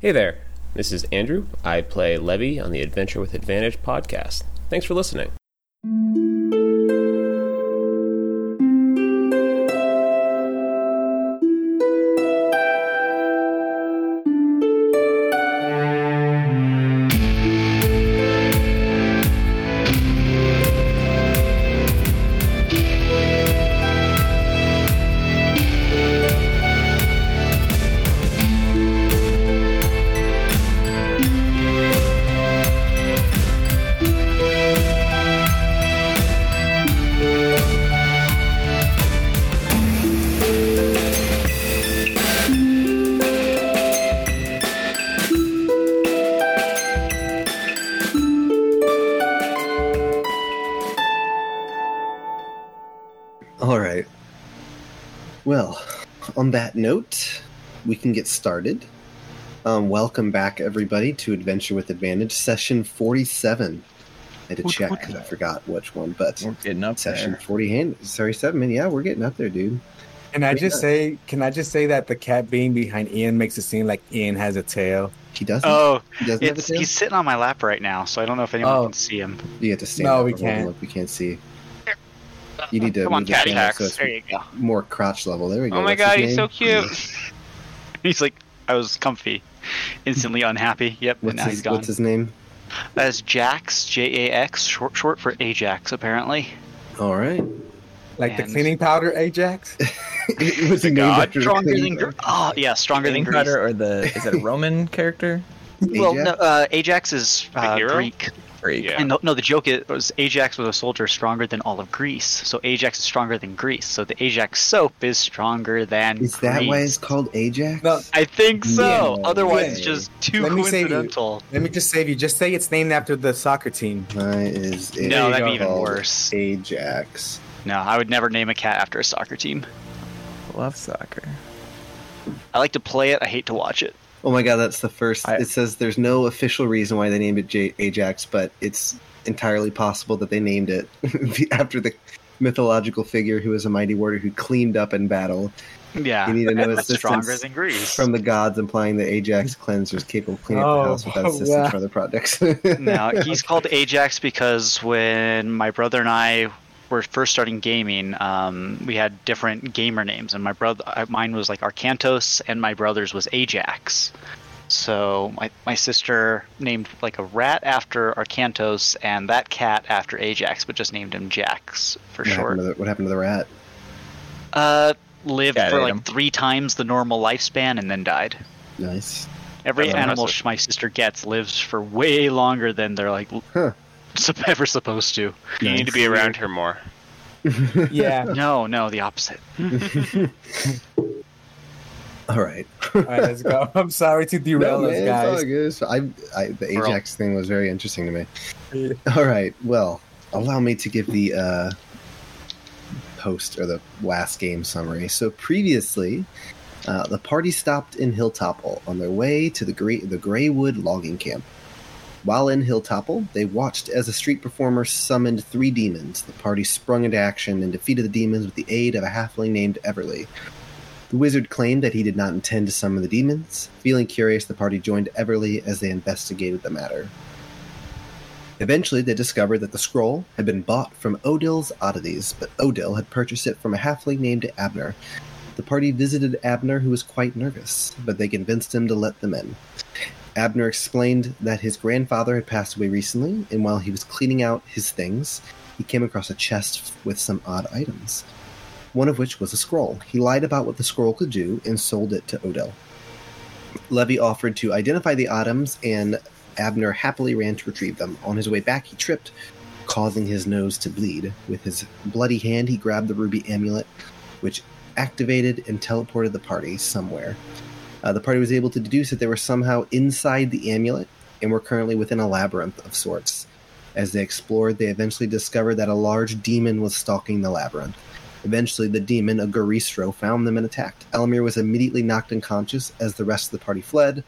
Hey there, this is Andrew. I play Levy on the Adventure with Advantage podcast. Thanks for listening. All right. Well, on that note, we can get started. Um, welcome back, everybody, to Adventure with Advantage, session 47. I had to What- check what- 'cause I forgot which one, but We're getting up session there. 40 hand, 37. Man, yeah, we're getting up there, dude. Can I Pretty just good. say? Can I just say that the cat being behind Ian makes it seem like Ian has a tail? He doesn't. Oh, he doesn't have a it's, tail? he's sitting on my lap right now, so I don't know if anyone Oh. can see him. You have to stand No, up we and hold him can't. up. We can't see. You need to Come on, move the camera Caddy Hacks. so it's there you go. more crotch level. There we go. Oh my What's his god, he's so name? cute. He's like, I was comfy, instantly unhappy. Yep, and What's now his, he's gone. what's his name? That's Jax, J A X, short short for Ajax, apparently. All right. Like the And- cleaning powder, Ajax. was he named god, after the Stronger thing? than Gre- oh yeah, stronger than Name Greece. cutter or the is it a Roman character? Well, Ajax? no, uh, Ajax is uh, hero? Greek, Freak. Yeah. and no, no, the joke is was Ajax was a soldier stronger than all of Greece, so Ajax is stronger than Greece. So the Ajax soap is stronger than. Is that why Greece. it's called Ajax? No. I think so. No Otherwise, way. it's just too Let me save you. coincidental. Let me just save you. Just say it's named after the soccer team. Why is it No, you that'd go. be even called worse. Ajax. No, I would never name a cat after a soccer team. Love soccer. I like to play it. I hate to watch it. Oh my god, that's the first. I- it says there's no official reason why they named it J- Ajax, but it's entirely possible that they named it after the mythological figure who was a mighty warrior who cleaned up in battle. You Yeah, need to know That's stronger assistance than Greece. from the gods, implying that Ajax cleanser is capable of cleaning up Oh, the house without assistance wow. from other products. no, he's called Ajax because when my brother and I were first starting gaming, um, we had different gamer names, and my brother, I- mine was like Arcantos, and my brother's was Ajax. So my my sister named like a rat after Arcantos, and that cat after Ajax, but just named him Jax for What happened short. to the- what happened to the rat? Uh, lived Yeah, for they like ate 'em. three times the normal lifespan and then died. Nice. Every That's animal impressive. sh my sister gets lives for way longer than they're like l- Huh. sup- ever supposed to. You need to be around her more. Yeah. No, no, the opposite. All right. All right, let's go. I'm sorry to derail No, us, man, it's all guys. good. So I, I, the We're all- Ajax thing was very interesting to me. Yeah. All right, well, allow me to give the uh, post or the last game summary. So previously, uh, the party stopped in Hilltopple on their way to the Gray, the Graywood logging camp. While in Hilltopple, they watched as a street performer summoned three demons. The party sprung into action and defeated the demons with the aid of a halfling named Everly. The wizard claimed that he did not intend to summon the demons. Feeling curious, the party joined Everly as they investigated the matter. Eventually, they discovered that the scroll had been bought from Odil's Oddities, but Odil had purchased it from a halfling named Abner. The party visited Abner, who was quite nervous, but they convinced him to let them in. Abner explained that his grandfather had passed away recently, and while he was cleaning out his things, he came across a chest with some odd items, one of which was a scroll. He lied about what the scroll could do and sold it to Odil. Levy offered to identify the items and Abner happily ran to retrieve them. On his way back, he tripped, causing his nose to bleed. With his bloody hand, he grabbed the ruby amulet, which activated and teleported the party somewhere. Uh, the party was able to deduce that they were somehow inside the amulet and were currently within a labyrinth of sorts. As they explored, they eventually discovered that a large demon was stalking the labyrinth. Eventually, the demon, a Garistro, found them and attacked. Elamir was immediately knocked unconscious as the rest of the party fled,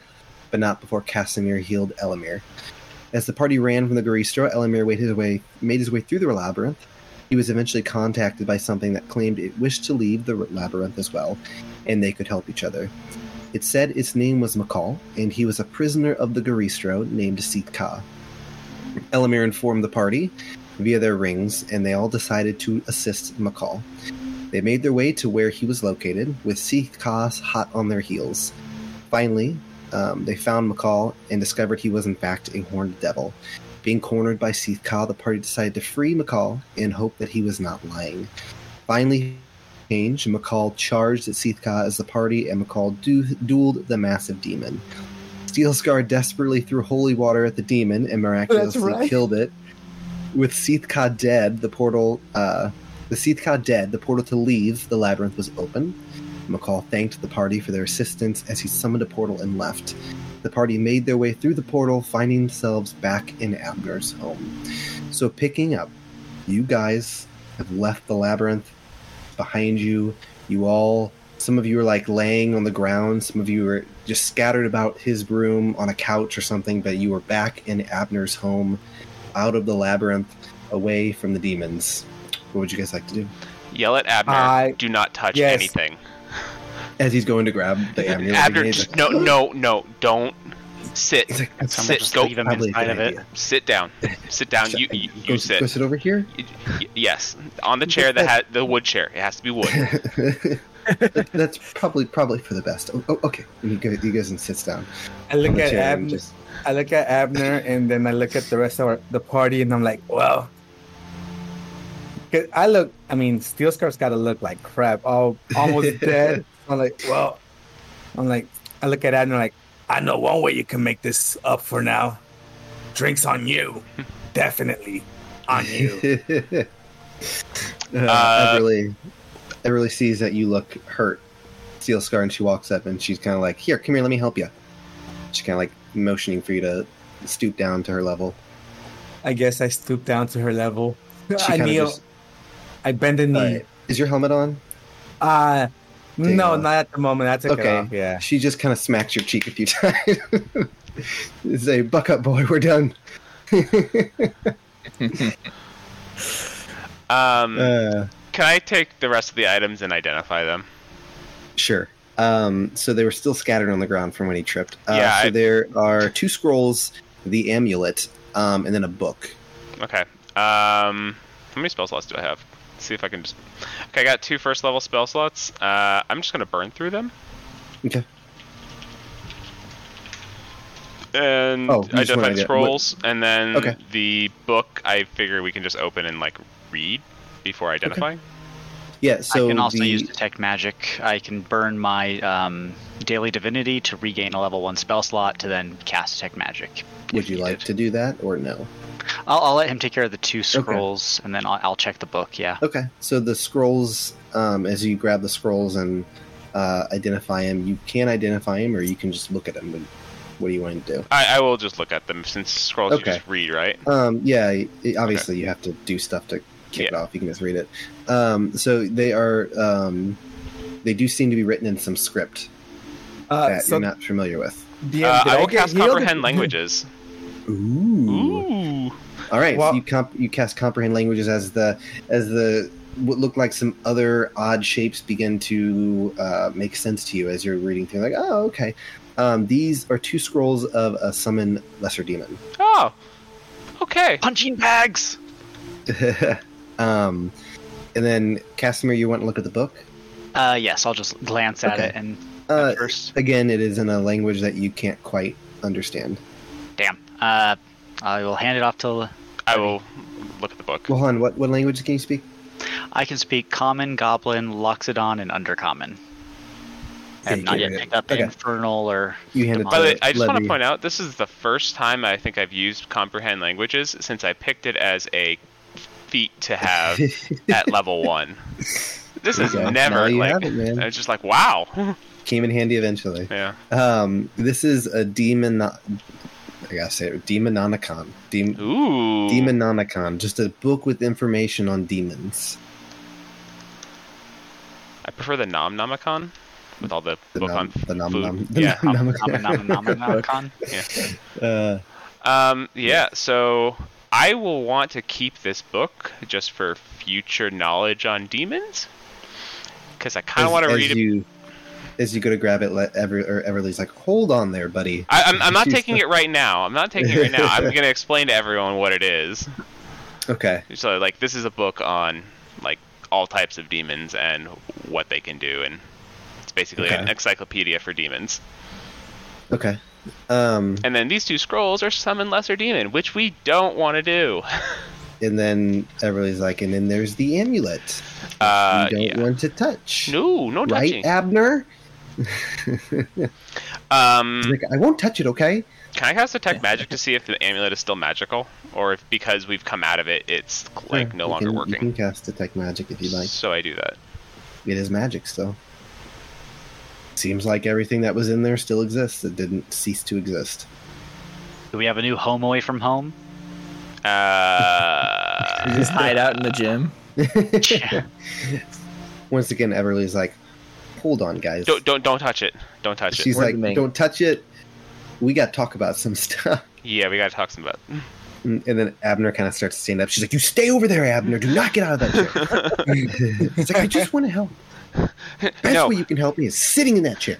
but not before Casimir healed Elamir. As the party ran from the Garistro, Elamir made his way made his way through the labyrinth. He was eventually contacted by something that claimed it wished to leave the labyrinth as well, and they could help each other. It said its name was Makal, and he was a prisoner of the Garistro named Sitka. Elamir informed the party via their rings, and they all decided to assist Makal. They made their way to where he was located, with Sitka's hot on their heels. Finally, um, they found McCall and discovered he was in fact a horned devil. Being cornered by Seathcaw, the party decided to free McCall in hope that he was not lying. Finally, change McCall charged at Seathcaw as the party, and McCall du- dueled the massive demon. Steelscar desperately threw holy water at the demon and miraculously right. killed it. With Seathcaw dead, the portal, uh, the Seathcaw dead, the portal to leave the labyrinth was open. McCall thanked the party for their assistance as he summoned a portal and left. The party made their way through the portal, finding themselves back in Abner's home. So, picking up, you guys have left the labyrinth behind you. You all, some of you are like laying on the ground, some of you are just scattered about his room on a couch or something, but you are back in Abner's home, out of the labyrinth, away from the demons. What would you guys like to do? Yell at Abner. I- do not touch Uh, yes. anything. As he's going to grab the amulet, Abner, he just- gave- no, no, no, don't sit. He's like, Someone Sit, just go- leave him probably a inside good of it. idea. Sit down. Sit down. You, you, go, you sit. Go sit over here. Y- y- Yes, on the chair that had the wood chair. It has to be wood. That- That's probably probably for the best. Oh, oh, okay, and he, goes, he goes and sits down. I look on the at chair and Abner. just- I look at Abner, and then I look at the rest of our, the party, and I'm like, "Wow." 'Cause I look. I mean, Steel Scar's got to look like crap. All almost dead. I'm like, "Well," I'm like, I look at Abner like, "I know one way you can make this up for now. Drinks on you, definitely on you." Uh, Uh, Everly, Everly sees that you look hurt, steel scar, and she walks up and she's kind of like, "Here, come here, let me help you." She's kind of like motioning for you to stoop down to her level. I guess I stoop down to her level. She I kinda kneel. just- I bend the All knee. right. Is your helmet on? Uh Take it no, off. not at the moment. I took it Okay. off. Yeah. She just kind of smacks your cheek a few times. Say, "Buck up, boy, we're done." Um, Uh, can I take the rest of the items and identify them? Sure. Um, so they were still scattered on the ground from when he tripped. Uh, Yeah, So I- there are two scrolls, the amulet, um, and then a book. Okay. Um, how many spell slots do I have? Let's see if I can just. Okay, I got two first level spell slots. Uh, I'm just gonna burn through them. Okay. And Oh, you just wanna identify the get- scrolls, and then Okay. the book. I figure we can just open and like read before identifying. Yeah. So I can also the- use detect magic. I can burn my um, daily divinity to regain a level one spell slot to then cast detect magic. Would you like to do that or no? I'll, I'll let him take care of the two scrolls, and then I'll, I'll check the book. Yeah. Okay. So the scrolls, um, as you grab the scrolls and uh, identify him, you can identify him, or you can just look at him. What do you want to do? I, I will just look at them since scrolls you Okay. just read, right? Um, yeah, it- obviously you have to do stuff to kick it off. You can just read it. Um, so they are. Um, they do seem to be written in some script Uh, that so you're not familiar with. DM, uh, did I will get cast healed? comprehend languages. Ooh. Ooh. All right, Well- so you comp- you cast comprehend languages as the as the what look like some other odd shapes begin to uh, make sense to you as you're reading through. Like, oh, okay. Um, these are two scrolls of a summon lesser demon. Oh. Okay. Punching bags. um, and then Casimir, you want to look at the book? Uh, yes, I'll just glance at Okay. it and Uh, at first. again, it is in a language that you can't quite understand. Damn. Uh, I will hand it off to. I will look at the book. Well, Han, what what language can you speak? I can speak Common, Goblin, Loxodon, and Undercommon. I have Yeah, not you yet can- picked up okay. Infernal or. You hand it By the way, to I just want Levy. to point out this is the first time I think I've used comprehend languages since I picked it as a feat to have at level one. This is Okay, now never you like have it, man. I was just like wow. Came in handy eventually. yeah. Um, this is a demon. I gotta say it. Demononicon. Dem- Ooh. Demononicon. Just a book with information on demons. I prefer the Nom Nomicon with all the, The book nom, on the nom, food. nom, the yeah. nom, Nom, nom, nom, nom, nom, con. Uh, Um, yeah, so I will want to keep this book just for future knowledge on demons. Because I kind as, of want to as read it. you, as you go to grab it, let Ever or Everly's like, "Hold on there, buddy." I, I'm, I'm not She's- taking it right now. I'm not taking it right now. I'm going to explain to everyone what it is. Okay. So, like, this is a book on, like, all types of demons and what they can do. And it's basically an Okay. encyclopedia for demons. Okay. Um, And then these two scrolls are Summon Lesser Demon, which we don't want to do. and then Everly's like, and then there's the amulet. Uh, you don't yeah. want to touch. No, no right, touching. Abner? Um, Like, I won't touch it, okay? Can I cast detect magic to see if the amulet is still magical, or if because we've come out of it, it's like no You longer can- You can working? cast detect magic if you like. So I do that. It is magic still. Seems like everything that was in there still exists. It didn't cease to exist. Do we have a new home away from home? Uh, You just hide out in the gym. Once again, Everly's like, hold on, guys. don't don't don't touch it. Don't touch She's it. Where's like, the main- don't touch it. We got to talk about some stuff. Yeah, we gotta talk some about. And and then Abner kind of starts to stand up. She's like, you stay over there, Abner. Do not get out of that chair. it's like, I just want to help. Best No. way you can help me is sitting in that chair.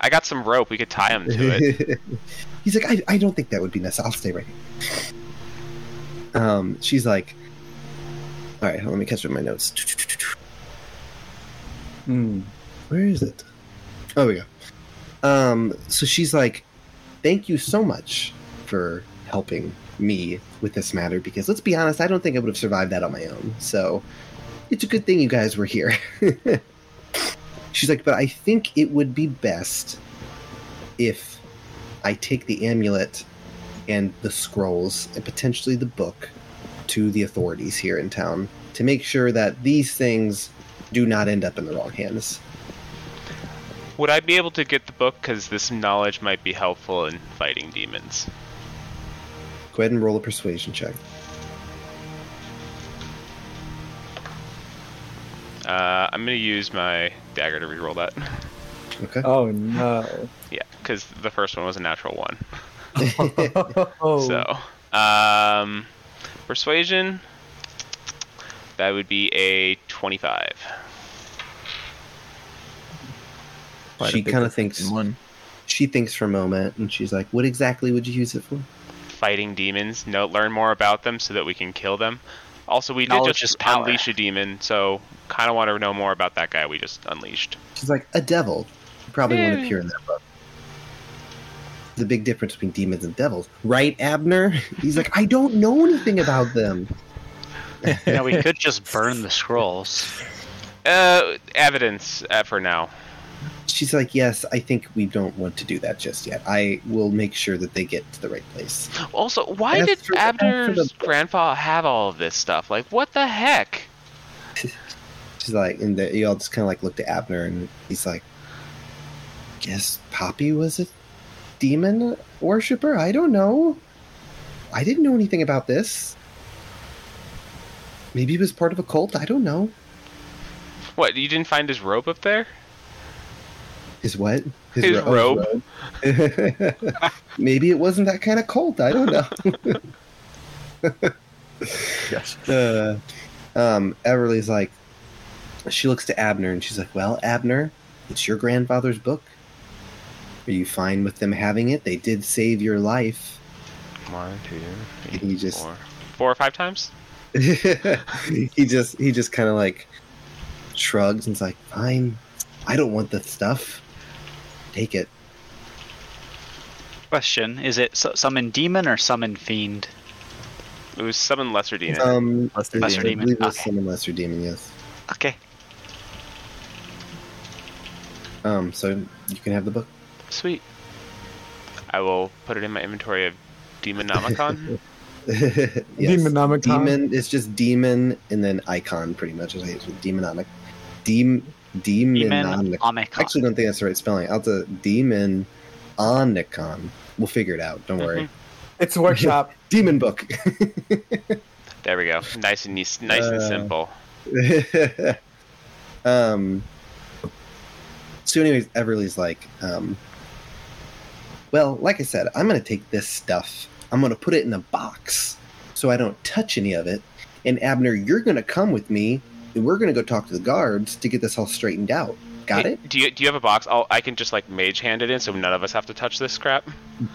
I got some rope. We could tie him to it. He's like, I, I don't think that would be necessary. I'll stay right here. Um, she's like, all right, let me catch up my notes. Hmm. Where is it? Oh, yeah. Um, so she's like, thank you so much for helping me with this matter because let's be honest, I don't think I would have survived that on my own. So it's a good thing you guys were here. she's like, but I think it would be best if I take the amulet and the scrolls and potentially the book to the authorities here in town to make sure that these things do not end up in the wrong hands. Would I be able to get the book? Because this knowledge might be helpful in fighting demons. Go ahead and roll a persuasion check. Uh, I'm gonna use my dagger to reroll that. Okay. Oh no. Yeah, because the first one was a natural one. Oh. So, um, persuasion. That would be a twenty-five. Quite a She big kinda difference in thinks- one. She thinks for a moment and she's like, What exactly would you use it for? Fighting demons. No, learn more about them so that we can kill them. Also, we Knowledge did just is power. unleash a demon, so kind of want to know more about that guy we just unleashed. She's like, A devil. You probably won't Yeah. appear in that book. The big difference between demons and devils, right, Abner? He's like, I don't know anything about them. You know, we could just burn the scrolls. Uh, evidence uh, for now. She's like, Yes, I think we don't want to do that just yet. I will make sure that they get to the right place. Also, why As did for- as for the- Abner's grandpa have all of this stuff? Like, what the heck? She's like, and the, you all just kind of like looked at Abner, and he's like, "Guess Poppy was a demon worshiper. I don't know. I didn't know anything about this. Maybe he was part of a cult. I don't know. What? You didn't find his rope up there? His what? His oh, his robe. Maybe it wasn't that kind of cult. I don't know." Yes. uh, um, Everly's like, she looks to Abner and she's like, "Well, Abner, it's your grandfather's book. Are you fine with them having it? They did save your life." One, two, And he just, four. Four or five times? he just, he just kind of like shrugs and's like, "Fine, I don't want the stuff. Take it." Question: Is it su- summon demon or summon fiend? It was summon lesser demon. Um, Lesser yeah, Demon. I believe it's Okay. Summon lesser demon. Yes. Okay, Um, so you can have the book. Sweet. I will put it in my inventory of Demonomicon. yes. Demonomicon. Demon. It's just demon and then icon, pretty much. Is what it's demonomic. Dem. demon Demonomic. I omicron. actually don't think that's the right spelling. I'll have to demon onicon. We'll figure it out. Don't worry. It's a workshop. Demon book. there we go. Nice and nice, nice and Uh, simple. um. So, anyways, Everly's like, um, well, like I said, I'm going to take this stuff. I'm going to put it in a box so I don't touch any of it. And Abner, you're going to come with me, and we're going to go talk to the guards to get this all straightened out. Got Hey, it? Do you do you have a box? I'll, I can just like mage hand it in, so none of us have to touch this crap.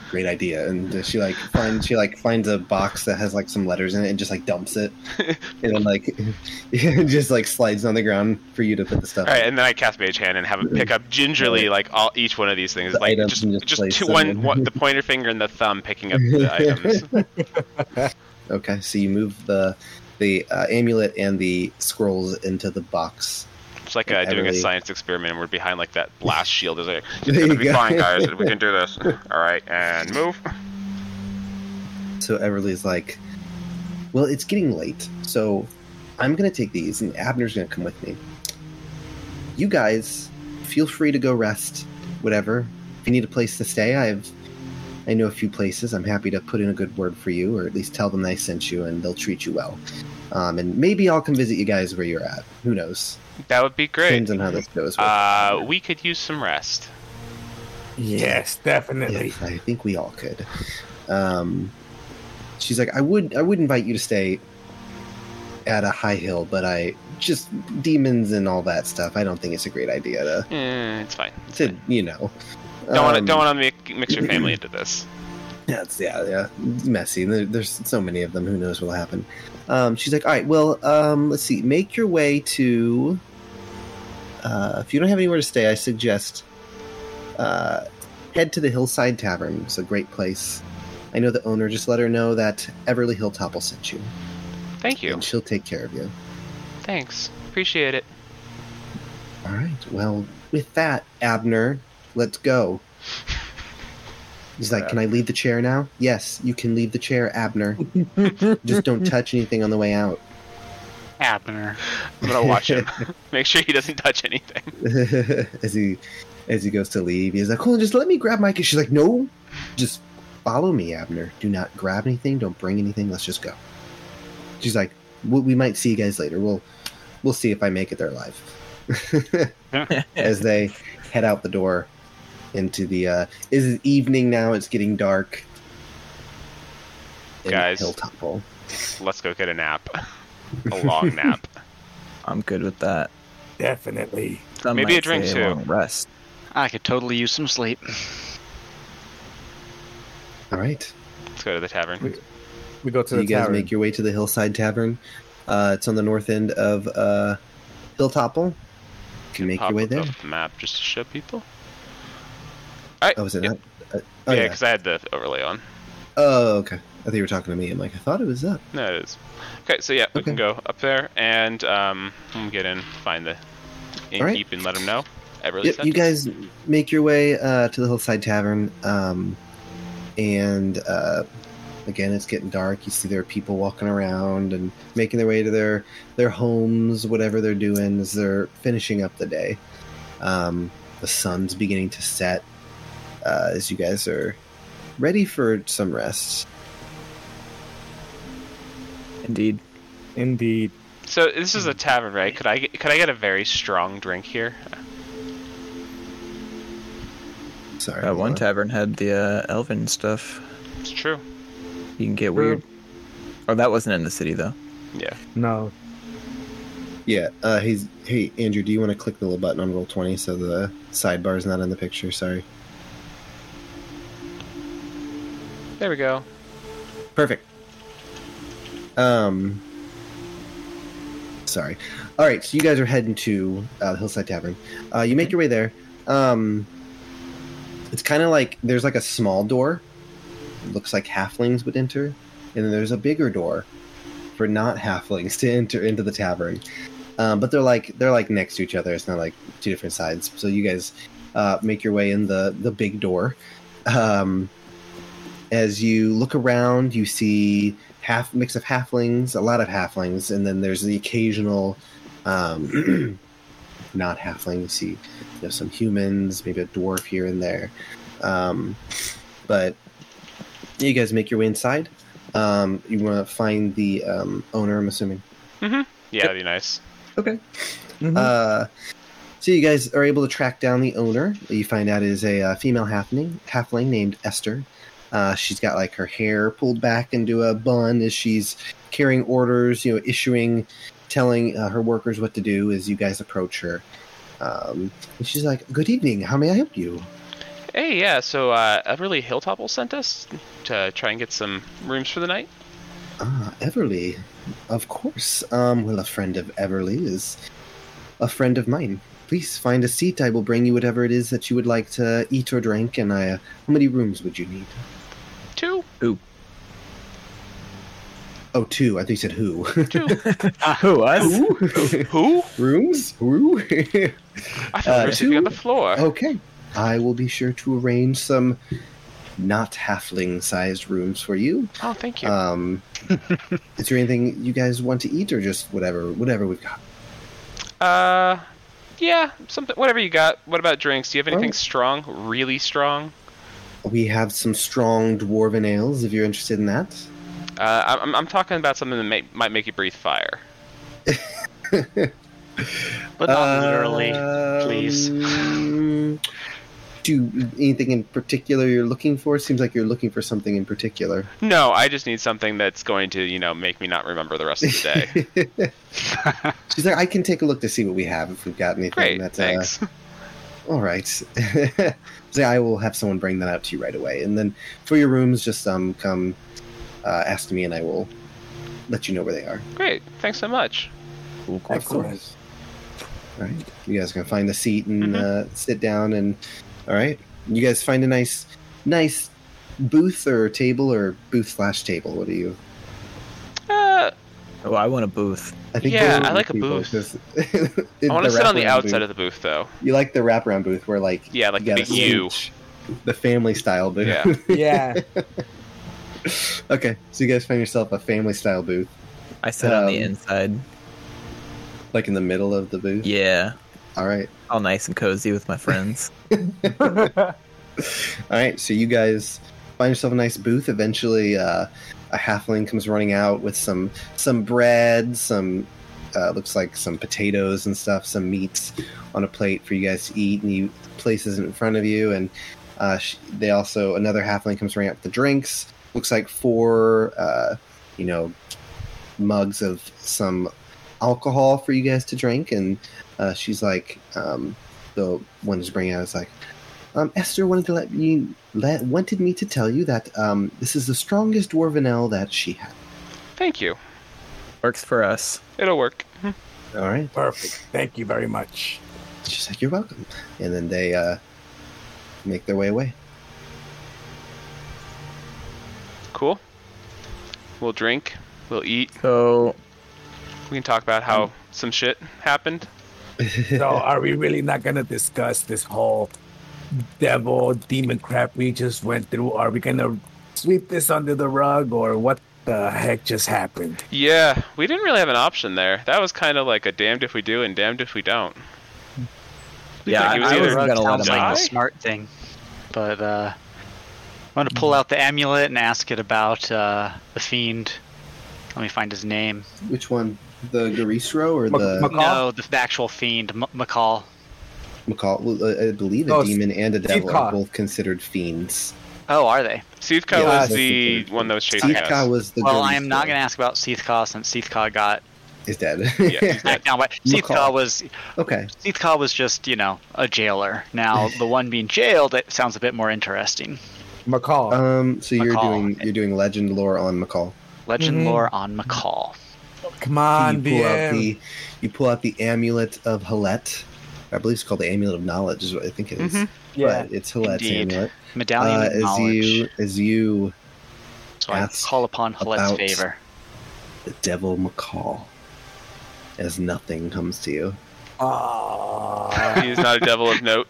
Great idea. And uh, she like finds she like finds a box that has like some letters in it and just like dumps it, and then like just like slides on the ground for you to put the stuff. All right, and then I cast mage hand and have it pick up gingerly like all each one of these things, The like items just and just just place two, them one, in. one the pointer finger and the thumb picking up the items. Okay, so you move the the uh, amulet and the scrolls into the box. It's like uh, doing a Everly. science experiment. and We're behind like that blast shield. Is like it's There gonna you be go. fine, guys. We can do this. All right, and move. So Everly's like, "Well, it's getting late, so I'm gonna take these, and Abner's gonna come with me. You guys, feel free to go rest, whatever. If you need a place to stay, I've." I know a few places. I'm happy to put in a good word for you, or at least tell them I sent you, and they'll treat you well. Um, and maybe I'll come visit you guys where you're at. Who knows? That would be great. Depends on how this goes. with- Uh, we could use some rest. Yes, definitely. Yes, I think we all could. Um, she's like, I would, I would invite you to stay at a high hill, but I just demons and all that stuff. I don't think it's a great idea to, Eh, it's fine. It's to fine. you know. Don't want to um, don't want to make, mix your family into this. Yeah, it's, yeah, yeah. It's messy. There, there's so many of them. Who knows what'll happen? Um, she's like, all right, well, um, let's see. Make your way to. Uh, if you don't have anywhere to stay, I suggest uh, head to the Hillside Tavern. It's a great place. I know the owner. Just let her know that Everly Hilltopple sent you, Thank you. and she'll take care of you. Thanks. Appreciate it. All right. Well, with that, Abner, let's go. He's like, "Can I leave the chair now?" Yes, you can leave the chair, Abner. Just don't touch anything on the way out. Abner. I'm gonna watch him. make sure he doesn't touch anything. as he as he goes to leave, he's like, "Hold on, just let me grab my." ca-" She's like, "No, just follow me, Abner. Do not grab anything. Don't bring anything. Let's just go." She's like, "We we might see you guys later. We'll we'll see if I make it there alive." as they head out the door into the uh, is evening now. It's getting dark. in Guys. Hilltopple. Let's go get a nap. A long nap. I'm good with that. Definitely. Some Maybe a might drink, say too. long Rest. I could totally use some sleep. All right. Let's go to the tavern. We go to you the guys tavern. make your way to the hillside tavern uh, it's on the north end of uh, hilltopple you can make Pop your way up there the map just to show people. oh is it Yeah. not uh, oh yeah, yeah, because I had the overlay on. oh okay i think you were talking to me i'm like i thought it was up No, it is. Okay, so yeah, we Okay. can go up there and um, we'll get in, find the innkeep, right. and let him know. Everly yep, sent you us. guys make your way uh, to the hillside tavern um, and uh, again it's getting dark you see there are people walking around and making their way to their their homes whatever they're doing as they're finishing up the day um, the sun's beginning to set uh, as you guys are ready for some rest Indeed. Indeed. So this is a tavern, right? Could I get, could I get a very strong drink here? sorry That Uh, one hold on. tavern had the uh, elven stuff. It's true. You can get weird. Oh, that wasn't in the city though. Yeah. No. yeah uh, he's hey andrew do you want to click the little button on roll 20 so the sidebar's not in the picture sorry There we go. Perfect. Um, sorry. All right, so you guys are heading to uh, the Hillside Tavern. Uh, you make your way there. Um, it's kind of like there's like a small door. Looks like halflings would enter, and then there's a bigger door for not halflings to enter into the tavern. Um, but they're like they're like next to each other. It's not like two different sides. So you guys uh, make your way in the the big door. Um, as you look around, you see half mix of halflings, a lot of halflings, and then there's the occasional um, not halfling. You see, you know, some humans, maybe a dwarf here and there. Um, but you guys make your way inside. Um, you want to find the um, owner, I'm assuming. Yeah, that'd be nice. Mm-hmm. Uh, so you guys are able to track down the owner. You find out is a uh, female halfling, halfling named Esther. Uh, she's got like her hair pulled back into a bun as she's carrying orders, you know, issuing, telling uh, her workers what to do as you guys approach her. Um, and she's like, "Good evening. How may I help you?" Hey, yeah. So uh, Everly Hilltopple sent us to try and get some rooms for the night. Ah, Everly. Of course. Um, well, a friend of Everly is a friend of mine. Please find a seat. I will bring you whatever it is that you would like to eat or drink. And I, uh, how many rooms would you need? Two, Oh, two. I think you said who. two. Ah, Who us? Who? Who? Rooms? Who? I thought Uh, we were sleeping on two? Oh. the floor. okay. I will be sure to arrange some not halfling sized rooms for you. Oh, thank you. Um, is there anything you guys want to eat or just whatever whatever we've got? Uh, yeah, something. Whatever you got. What about drinks? Do you have anything Alright. strong? Really strong? We have some strong dwarven ales if you're interested in that. Uh, I'm- I'm, I'm talking about something that may, might make you breathe fire. but not literally. Uh, please. Um, Do anything in particular you're looking for? Seems like you're looking for something in particular. No, I just need something that's going to, you know, make me not remember the rest of the day. She's like, I can take a look to see what we have if we've got anything. Great, that, uh, thanks. All right. so I will have someone bring that out to you right away. And then for your rooms, just um, come uh, ask me and I will let you know where they are. Great, thanks so much. Excellent. All right. You guys can find a seat and Mm-hmm. uh, sit down. And all right. You guys find a nice, nice booth or table or booth slash table. What do you? Uh, Oh, I want a booth. I Yeah, those I like a people, booth. just- I want to sit on the wraparound outside booth. of the booth, though. You like the wraparound booth where like Yeah, like you the got a big U. switch, the family style booth. Yeah. Yeah. okay, so you guys find yourself a family style booth, I sit on the Um, inside. like in the middle of the booth. Yeah, All right. all nice and cozy with my friends. All right, so you guys find yourself a nice booth. Eventually, uh, a halfling comes running out with some some bread, some uh, looks like some potatoes and stuff, some meats on a plate for you guys to eat, and he places it in front of you. And uh, sh they also another halfling comes running out with the drinks. Looks like four, uh, you know, mugs of some alcohol for you guys to drink. And uh, she's like, um, the one who's bringing out is like. Um, Esther wanted to let you let, wanted me to tell you that um, this is the strongest dwarven ale that she had. Thank you. Works for us. It'll work. All right, Perfect. Thank you very much. she's like, "You're welcome," and then they uh, make their way away. Cool. We'll drink. We'll eat. So We can talk about Hmm. how some shit happened. So, are we really not gonna discuss this whole devil demon crap we just went through? Are we gonna sweep this under the rug, or what the heck just happened? Yeah, we didn't really have an option there. That was kind of like a damned if we do and damned if we don't. like yeah, I, it was I either wasn't gonna let sounds him die- like out. the smart thing. But uh, I'm gonna pull Hmm. out the amulet and ask it about uh, the fiend. Let me find his name. Which one, the Garisro or Mac- the Mac- McCall? No, the, the actual fiend, M- McCall. Macaw? well, uh, I believe a Oh, demon and a devil Seedcaw. are both considered fiends. Oh, are they? Seethka Yeah, was I the think it- one that was chasing Sitka us. was the. Well, I am not Garisro. gonna ask about Seathcaw since Seathcaw got Is dead. Yeah, he's knocked down. But McCall. Seathcaw was okay. Seathcaw was just you know a jailer. Now the one being jailed, it sounds a bit more interesting. McCall. Um. So you're Macaw. doing you're doing legend lore on McCall. Legend Mm-hmm. Mhm. lore on McCall. Come on, you pull out DM. the you pull out the amulet of Halet. I believe it's called the amulet of knowledge. Is what I think it is. Mm-hmm. Mhm. Yeah. but it's Halet's Indeed. amulet. Medallion Uh, of as knowledge. you as you so I ask call upon Hallet's about- favor. the devil McCall, as nothing comes to you. Aw. He is not a devil of note.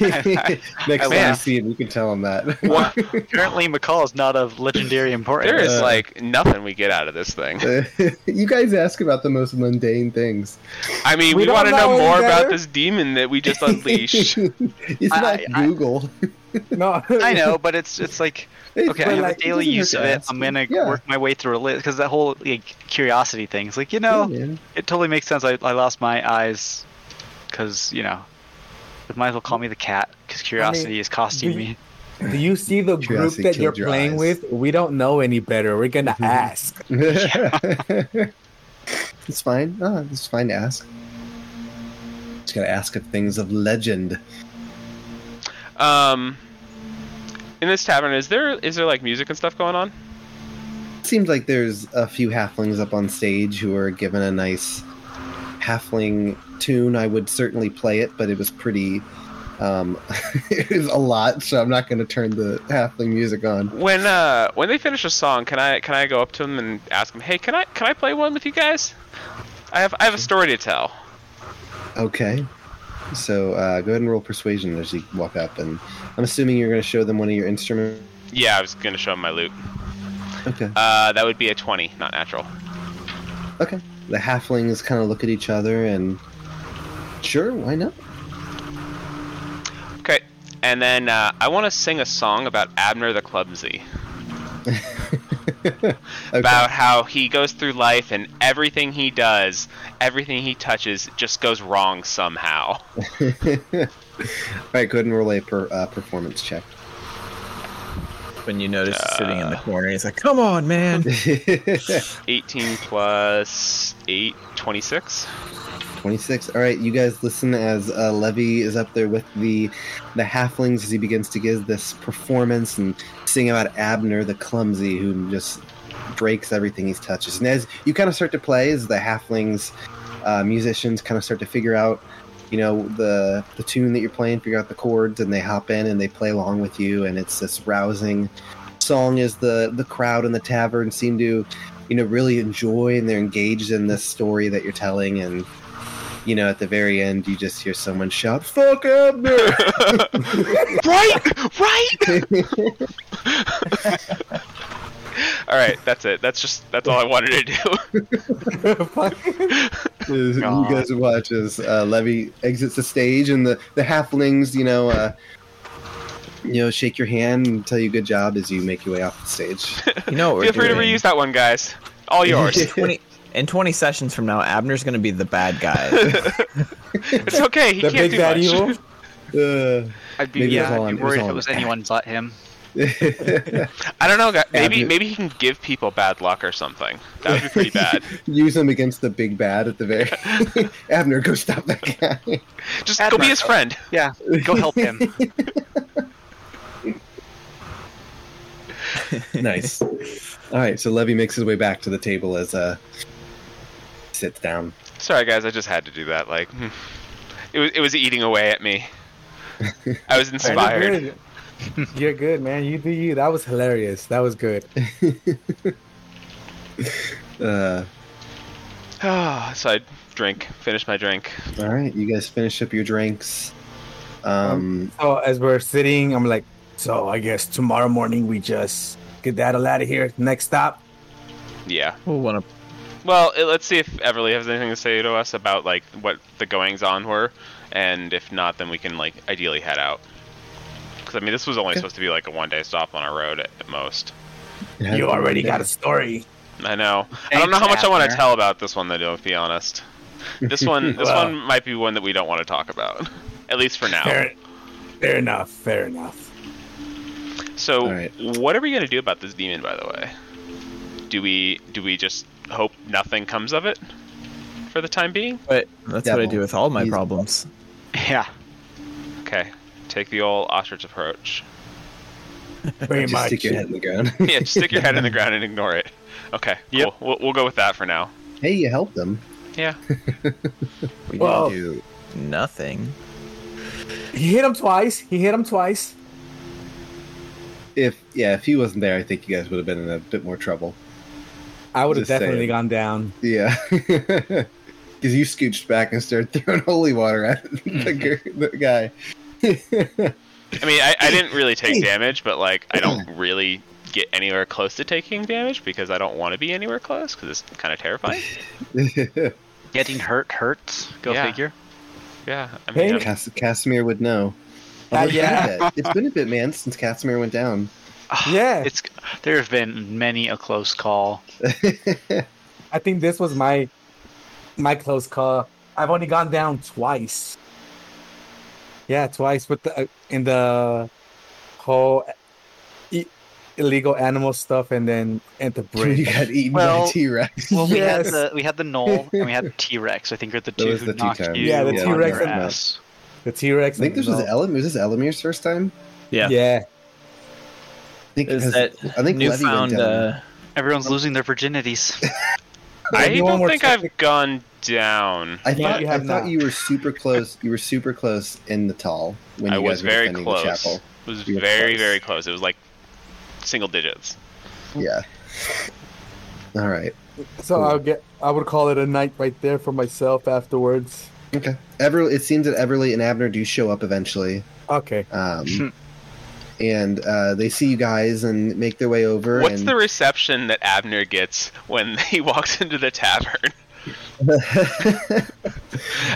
Next time you laugh. see him, you can tell him that. What? Apparently, McCall is not of legendary importance. There is Uh, like nothing we get out of this thing. you guys ask about the most mundane things. I mean, we we, don't want to know know any more about better. this demon that we just unleashed. it's I- not I- Google. no. I know, but it's it's like It's okay, not I have like- a it daily doesn't use hurt of to it. ask. I'm gonna Yeah. work my way through a list because that whole like, curiosity thing. It's like you know, Yeah, man. it totally makes sense. I, I lost my eyes because you know, they might as well call me the cat because curiosity is costing do you- me. Do you see the group Curiosity that you're killed your playing eyes. Mm-hmm. with? We don't know any better. We're gonna ask. Uh, it's fine. Ah, it's fine to ask. Just gotta ask of things of legend. Um, in this tavern, is there is there like music and stuff going on? seems like there's a few halflings up on stage who are given a nice halfling tune. I would certainly play it, but it was pretty. Um, it was a lot, so I'm not going to turn the halfling music on. When uh when they finish a song, can I can I go up to them and ask them, hey, can I can I play one with you guys? I have I have a story to tell. Okay. So uh, go ahead and roll persuasion as you walk up, and I'm assuming you're going to show them one of your instruments. Yeah, I was gonna show them my loot. Okay. Uh, that would be a twenty, not natural. Okay. The halflings kind of look at each other and sure, why not? Okay, and then uh, I want to sing a song about Abner the clumsy. okay. about how he goes through life and everything he does, everything he touches just goes wrong somehow. All right, go ahead and roll a per, uh, performance check. When you notice he's sitting in the Uh. corner, he's like, "Come on, man!" 18 plus 8, 26. 26. All right, you guys listen as uh, Levy is up there with the the halflings as he begins to give this performance and sing about Abner the clumsy who just breaks everything he touches. And as you kind of start to play, as the halflings uh, musicians kind of start to figure out, you know, the the tune that you're playing, figure out the chords, and they hop in and they play along with you, and it's this rousing song as the the crowd in the tavern seem to you know really enjoy and they're engaged in this story that you're telling and you know at the very end you just hear someone shout fuck abner right, right. All right, that's it. That's just that's all I wanted to do. is you God. guys watch as uh, Levy exits the stage, and the the halflings, you know, uh, you know, shake your hand and tell you good job as you make your way off the stage. You know, what we're Feel free to doing? reuse that one, guys. All yours. In 20, in 20 sessions from now, Abner's going to be the bad guy. It's okay. He The can't big do bad much. evil. Uh, I'd be, Maybe it was yeah, all I'd an- be it was worried all an if it was anyone but him. I don't know. guy- Maybe Abner- maybe he can give people bad luck or something. That would be pretty bad. Use him against the big bad at the very. Abner, go stop that guy. Just Abner. go be his friend. Yeah, go help him. nice. All right, so Levy makes his way back to the table as uh sits down. Sorry, guys. I just had to do that. Like, hmm. it was it was eating away at me. I was inspired. You're good. You're good, man. You do you. That was hilarious. That was good. Uh, Ah, so I drink. Finish my drink. all right, you guys finish up your drinks. Um, So as we're sitting, I'm like, so I guess tomorrow morning we just get that all out of here. Next stop. Yeah. we'll want Well, it, let's see if Everly has anything to say to us about like what the goings on were, and if not, then we can like ideally head out. Because I mean, this was only Okay. supposed to be like a one-day stop on our road at, at most. Oh, You already got a story. I know. I don't know how much I want to Abner. tell about this one, though. To be honest, this one, this Well. one might be one that we don't want to talk about, at least for now. Fair, fair enough. Fair enough. So, All right. what are we gonna do about this demon, by the way? Do we do we just hope nothing comes of it for the time being? But that's what I do with all my He's- problems. Yeah, Okay, take the old ostrich approach. Very Just much. stick your head in the ground. yeah, just stick your head in the ground and ignore it. Okay, Yep. cool. We'll, we'll go with that for now. hey, you helped them. Yeah. We Well- didn't Dude. do nothing. He hit him twice. He hit him twice. If yeah, if he wasn't there, I think you guys would have been in a bit more trouble. I would have Just saying. definitely gone down. Yeah, because you scooched back and started throwing holy water at the, gir- the guy. I mean, I, I didn't really take damage, but like, I don't really get anywhere close to taking damage because I don't want to be anywhere close because it's kind of terrifying. getting hurt hurts. Go Yeah. figure. Yeah. I Hey, mean, I'm- Cas- Casimir would know. Ah, Although it's been a yeah. bit- it's been a bit, man, since Casimir went down. Yeah. It's there have been many a close call. I think this was my my close call. I've only gone down twice. uh, Yeah, twice with the in the whole. illegal animal stuff and then and the you break. got eaten by Well- a T Rex. Well, we Yes. had the we had the Knoll and we had the T Rex. I think are the two was who the two knocked times. you. Yeah, the on T-Rex your and the- ass. the T Rex. I think this was Elam. Was this Elamir's first time? Yeah. Yeah. I think, Is has- that I think Levy went newfound down. uh, Everyone's losing their virginities. I Everyone don't works think at I've gone down. I Yeah, thought you I have thought not. you were super close. You were super close in the tall when I you was guys were very defending the close. chapel. was You were very close. very close. It was like single digits. Yeah. All right. So I'll get. I would call it a night right there for myself afterwards. Okay. Ever. It seems that Everly and Abner do show up eventually, Okay. Hmm. um, and uh, they see you guys and make their way over. What's and the reception that Abner gets when he walks into the tavern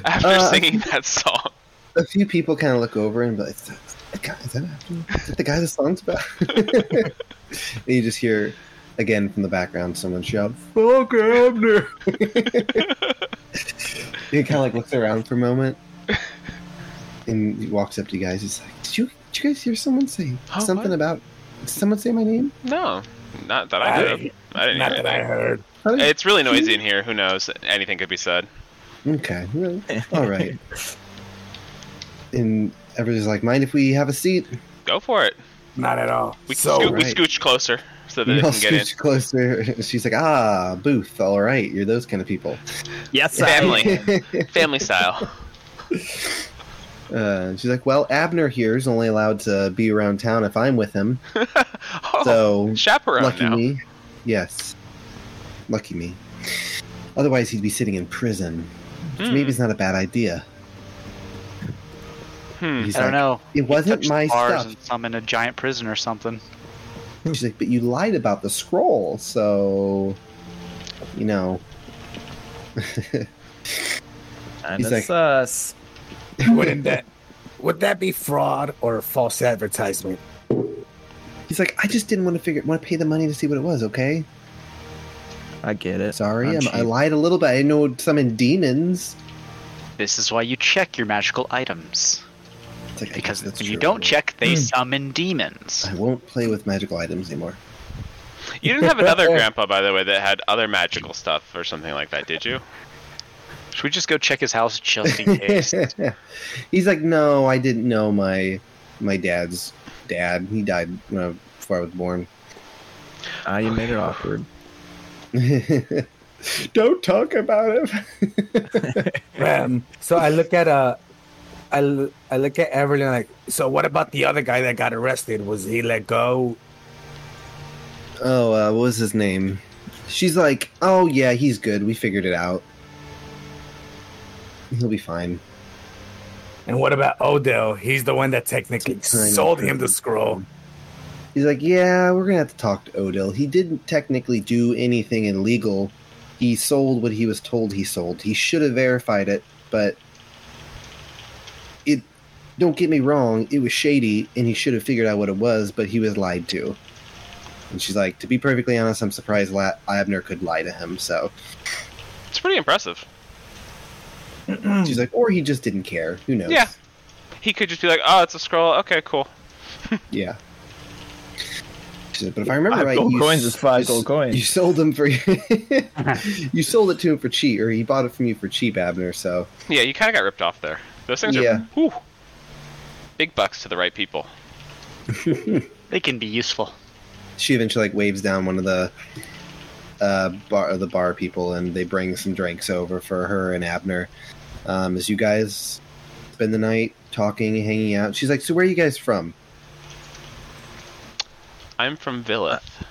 after Uh, singing that song? a few people kind of look over and be like, "Is that the guy? Is that, Abner? Is that the guy the song's about?" and you just hear again from the background someone shout, "Fuck Abner!" he kind of like looks around for a moment and he walks up to you guys. He's like, "Did you? Did you guys hear someone say Huh, something what? about? Did someone say my name?" No, not that I I- did. I didn't. Not hear that I anything. heard. How did- It's really noisy in Hmm. here. Who knows? Anything could be said. Okay. well, uh, All right. and everybody's like, "Mind if we have a seat?" Go for it. Not at all. We, so scoo- we right. scooch closer so that You it all can get in. scooch closer. She's like, ah, booth. All right, you're those kind of people. yes, I- Family, family style. Uh, she's like, well, Abner here is only allowed to be around town if I'm with him. Oh, So chaperone lucky now. me. Yes, lucky me. Otherwise, he'd be sitting in prison. Which Hmm. Maybe it's not a bad idea. Hmm. He's I don't like, know. It wasn't Touch my bars stuff. and summon a giant prison or something. She's like, but you lied about the scroll, so you know. and He's it's like- us. Wouldn't that? Would that be fraud or false advertisement? He's like, I just didn't want to figure, want to pay the money to see what it was. Okay, I get it. Sorry, I'm I'm, I cheap. lied a little bit. I know summoned demons. This is why you check your magical items. It's like, I Because guess when that's you true. don't check, they Hmm. summon demons. I won't play with magical items anymore. You didn't have another grandpa, by the way, that had other magical stuff or something like that, did you? Should we just go check his house just in case? He's like, no, I didn't know my my dad's dad. He died when I, before I was born. Ah, you made it awkward. don't talk about it. Um, so I look at uh, I, l- I look at Everly like. So what about the other guy that got arrested? Was he let go? oh, uh, what was his name? She's like, oh yeah, he's good. We figured it out. He'll be fine. And what about Odell? He's the one that technically Kind of sold him the prison. scroll. He's like, yeah, we're gonna have to talk to Odell. He didn't technically do anything illegal. He sold what he was told he sold. He should have verified it, but it. Don't get me wrong, it was shady, and he should have figured out what it was, but he was lied to. And she's like, to be perfectly honest, I'm surprised La- Abner could lie to him. So It's pretty impressive. she's like, or he just didn't care. Who knows? Yeah. He could just be like, "Oh, it's a scroll. Okay, cool." Yeah. She said, But if I remember Five right, gold you coins s- is five you s- gold coins." You sold them for you sold it to him for cheap, or he bought it from you for cheap, Abner. So Yeah, you kind of got ripped off there. Those things Yeah. are whew, big bucks to the right people. They can be useful. she eventually like waves down one of the uh, bar the bar people, and they bring some drinks over for her and Abner. Um, as you guys spend the night talking, hanging out, she's like, "So where are you guys from?" I'm from Villith.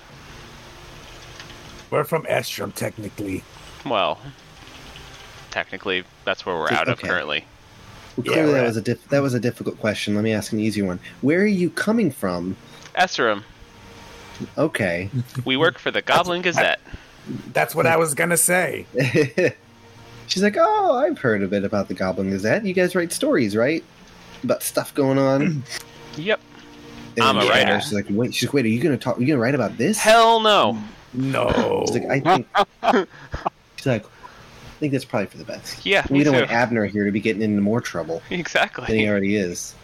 We're from Estrom, technically. Well, technically, that's where we're Okay. out of currently. Well, Yeah, clearly we're that at- was a diff- that was a difficult question. Let me ask an easier one. Where are you coming from? Esserim, Okay. we work for the Goblin Gazette. That's what I was gonna say. She's like, "Oh, I've heard a bit about the Goblin Gazette. You guys write stories, right? About stuff going on." Yep. And I'm a she's writer. like- She's like, "Wait, she's like, wait, are you gonna talk? Are you gonna write about this?" Hell no. No. She's like, "I think." she's like, "I think that's probably for the best. Yeah, we me don't too. want Abner here to be getting into more trouble than he Exactly. already is."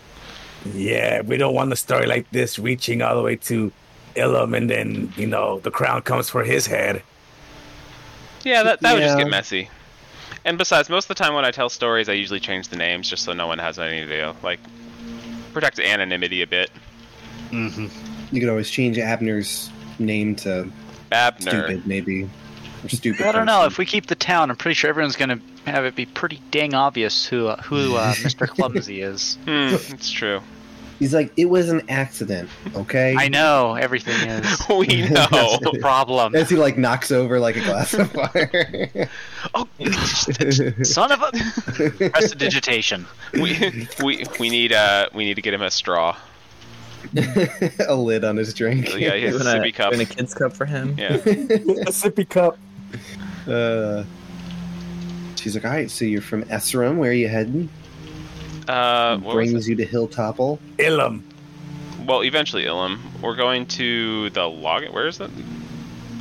yeah, we don't want a story like this reaching all the way to Ilum, and then you know the crown comes for his head. Yeah, that, that would just Yeah. get messy. And besides, most of the time when I tell stories, I usually change the names just so no one has any idea. Like, protect anonymity a bit. Mm-hmm. You could always change Abner's name to Babner. stupid, maybe. Or stupid. I don't know. person. If we keep the town, I'm pretty sure everyone's gonna have it be pretty dang obvious who uh, who uh, Mr. Clumsy is. Hmm, it's true. He's like, it was an accident, okay? I know everything is Oh. We know. the problem. As he like knocks over like a glass of water. oh, Son of a prestidigitation. we, we we need uh we need to get him a straw. a lid on his drink. Oh, Yeah, he has a Doing a, sippy cup. doing a kid's cup for him. Yeah. a sippy cup. Uh, she's like, all right, so you're from Esserum. Where are you heading? Uh, what was Brings you to Hilltopple. Ilum. it? well, eventually, Ilum. We're going to the log. Where is that?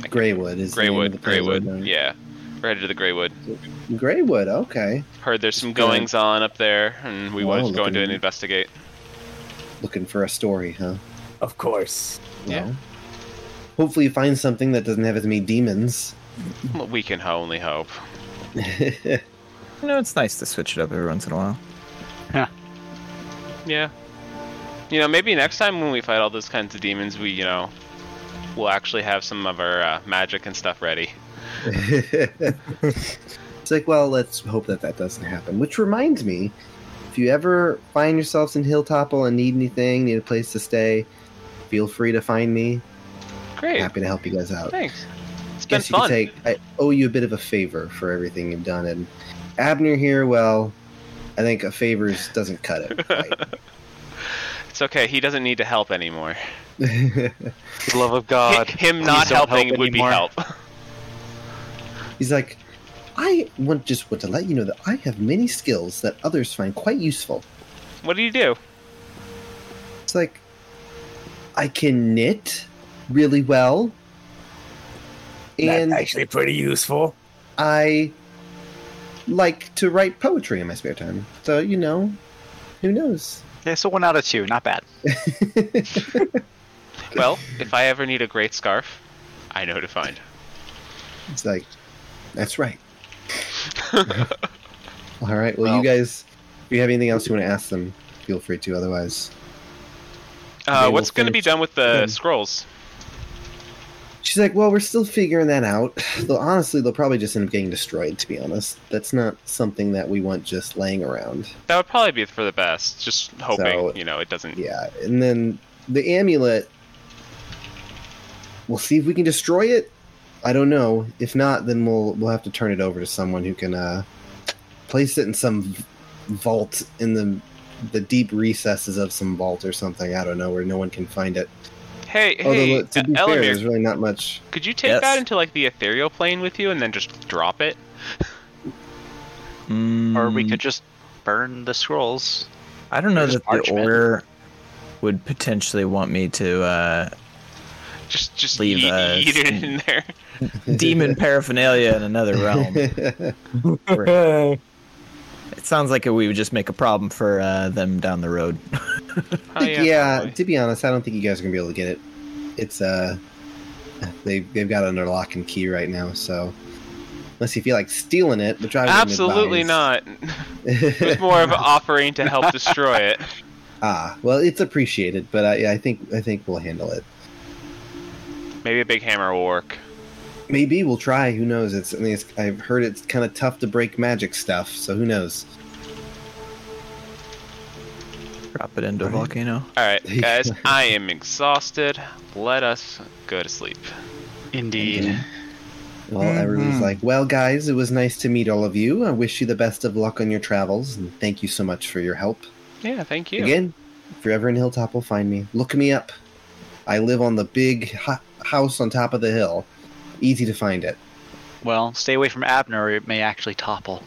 Greywood is the name Graywood. of the place right now. Graywood. Yeah, we're headed to the Graywood. Greywood, okay. Heard there's some Good. goings on up there, and we Wow, wanted to go looking- into and investigate. Looking for a story, huh? Of course. Yeah. Well, Hopefully, you find something that doesn't have as many demons. Well, We can ho- only hope. You know, it's nice to switch it up every once in a while. Yeah. You know, maybe next time when we fight all those kinds of demons, we you know, we'll actually have some of our uh, magic and stuff ready. it's like, well, let's hope that that doesn't happen. Which reminds me, if you ever find yourselves in Hilltopple and need anything, need a place to stay, feel free to find me. Great. Happy to help you guys out. Thanks. It's been guess you could fun. take. I owe you a bit of a favor for everything you've done, and Abner here. Well, I think a favor is- doesn't cut it. It's okay. He doesn't need to help anymore. right? For the love of God. Hi- him not please don't help helping would be anymore. help. He's like, I want just want to let you know that I have many skills that others find quite useful. What do you do? It's like, I can knit really well, and That's actually pretty useful. I like to write poetry in my spare time. So you know, who knows? Yeah, so one out of two, not bad. Well, if I ever need a great scarf, I know to find. It's like, that's right. All right. Well, Well- you guys, if you have anything else you want to ask them, feel free to. Otherwise, Uh, will what's going to be finish done with the soon. scrolls? she's like, "Well, we're still figuring that out. Though honestly, they'll probably just end up getting destroyed. To be honest, that's not something that we want just laying around. That would probably be for the best. Just hoping, So- you know, it doesn't. Yeah. And then the amulet. We'll see if we can destroy it. I don't know. If not, then we'll we'll have to turn it over to someone who can uh, place it in some v- vault in the the deep recesses of some vault or something. I don't know where no one can find it. Hey, Although hey, look, to uh, be fair, Elamir, there's really not much. could you take Yes. that into like the ethereal plane with you and then just drop it? Or we Mm, could just burn the scrolls. I don't know just that the parchment. order would potentially want me to uh, Just, just Leave eat, a- eat it in there. demon paraphernalia in another realm. It sounds like we would just make a problem for uh, them down the road. Oh, yeah, probably. to be honest, I don't think you guys are gonna be able to get it. It's uh, they they've got it under lock and key right now. So unless you feel like stealing it, which I wouldn't Absolutely advise. not. It was more of offering to help destroy it. ah, well, it's appreciated, but I I think I think we'll handle it. Maybe a big hammer will work. Maybe we'll try. Who knows? It's, I mean, it's I've heard it's kind of tough to break magic stuff, so who knows? Drop it into a Right. volcano. All right, guys, I am exhausted. Let us go to sleep. Indeed. Well, Mm-hmm. everyone's Mhm. like, well, guys, it was nice to meet all of you. I wish you the best of luck on your travels, and thank you so much for your help. Yeah, thank you. Again, if you're ever in Hilltop, will find me. Look me up. I live on the big hu- house on top of the hill. Easy to find it. Well, stay away from Abner, or it may actually topple.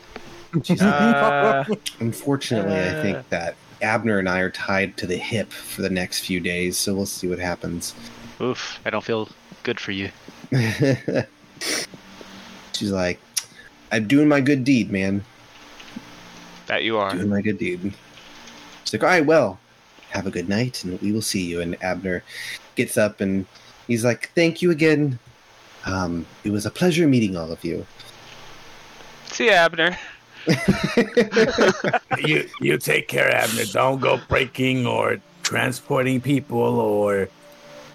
She's like, Uh, Unfortunately, I Uh. Ah. think that Abner and I are tied to the hip for the next few days, so we'll see what happens. Oof, I don't feel good for you. She's like, I'm doing my good deed, man. That you are. Doing my good deed. She's like, all right, well, have a good night, and we will see you. And Abner gets up and He's like, "Thank you again. Um, it was a pleasure meeting all of you." See ya, Abner. you you take care, Abner. Don't go breaking or transporting people or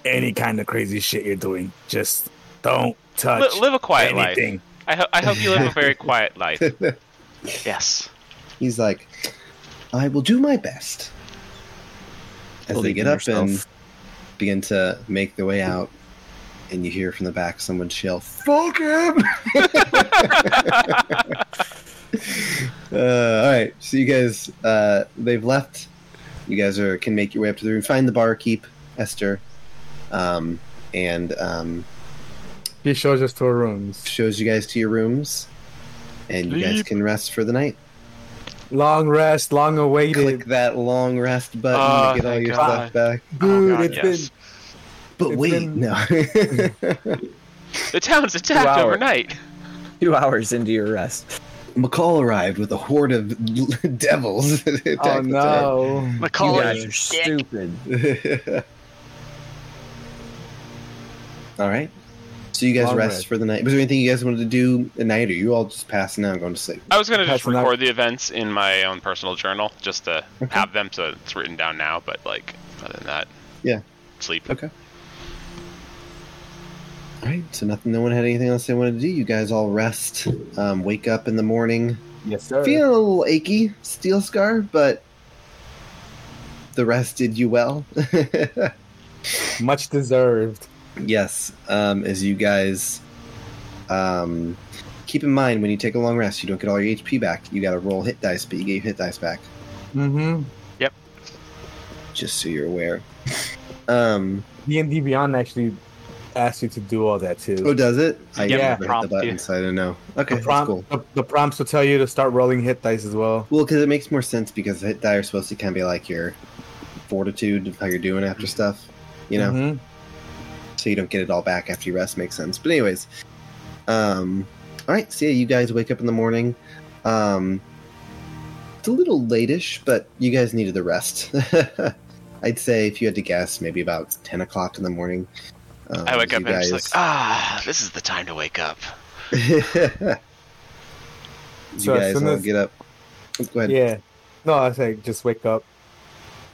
any kind of crazy shit you're doing. Just don't touch Li- live a quiet anything. life. I, ho- I hope you live a very quiet life. Yes. He's like, "I will do my best." As they Believe get up in and yourself. begin to make their way out, and you hear from the back someone shell, "Fuck him!" uh, all right, so you guys, uh, they've left. You guys are can make your way up to the room, find the barkeep, Esther, um, and um, He shows us to our rooms. shows you guys to your rooms, and you guys can rest for the night. Long rest, long awaited. Click that long rest button Oh, to get all thank your God. stuff back. Dude, Oh, God, it's yes. But It's wait, been- no. The town's attacked Wow. overnight. Two hours into your rest. McCall arrived with a horde of devils. that been. Oh attacked the no. you Macaulay, guys you are dick. stupid. all right. So you guys Long rest rest. for the night. Was there anything you guys wanted to do at night, or you all just passing out and going to sleep? I was gonna That's just not- record the events in my own personal journal, just to have them, so it's written down now. But like, other than that, Yeah. sleep. Okay. All right. So nothing. No one had anything else they wanted to do. You guys all rest. Um, wake up in the morning. Yes, sir. Feeling a little achy, steel scar, but the rest did you well. Much deserved. Yes, um, as you guys um, keep in mind, when you take a long rest, you don't get all your HP back. You got to roll hit dice, but you get your hit dice back, Mm-hmm. just so you're aware. Um, D and D Beyond actually asked you to do all that too. oh, does it? I Yeah, never hit the prompt button, you. so I don't know. Okay, the, that's prompt, cool. the, the prompts will tell you to start rolling hit dice as well. Well, because it makes more sense because hit die are supposed to kind of be like your fortitude of how you're doing after stuff, you know. Mhm. so you don't get it all back after you rest makes sense but anyways um all right so yeah you guys wake up in the morning um it's a little latish but you guys needed the rest i'd say if you had to guess maybe about 10 o'clock in the morning um, I wake you up and I'm just like, ah, this is the time to wake up. you So as guys soon all as- get up go ahead yeah. Yeah. No, I say just wake up.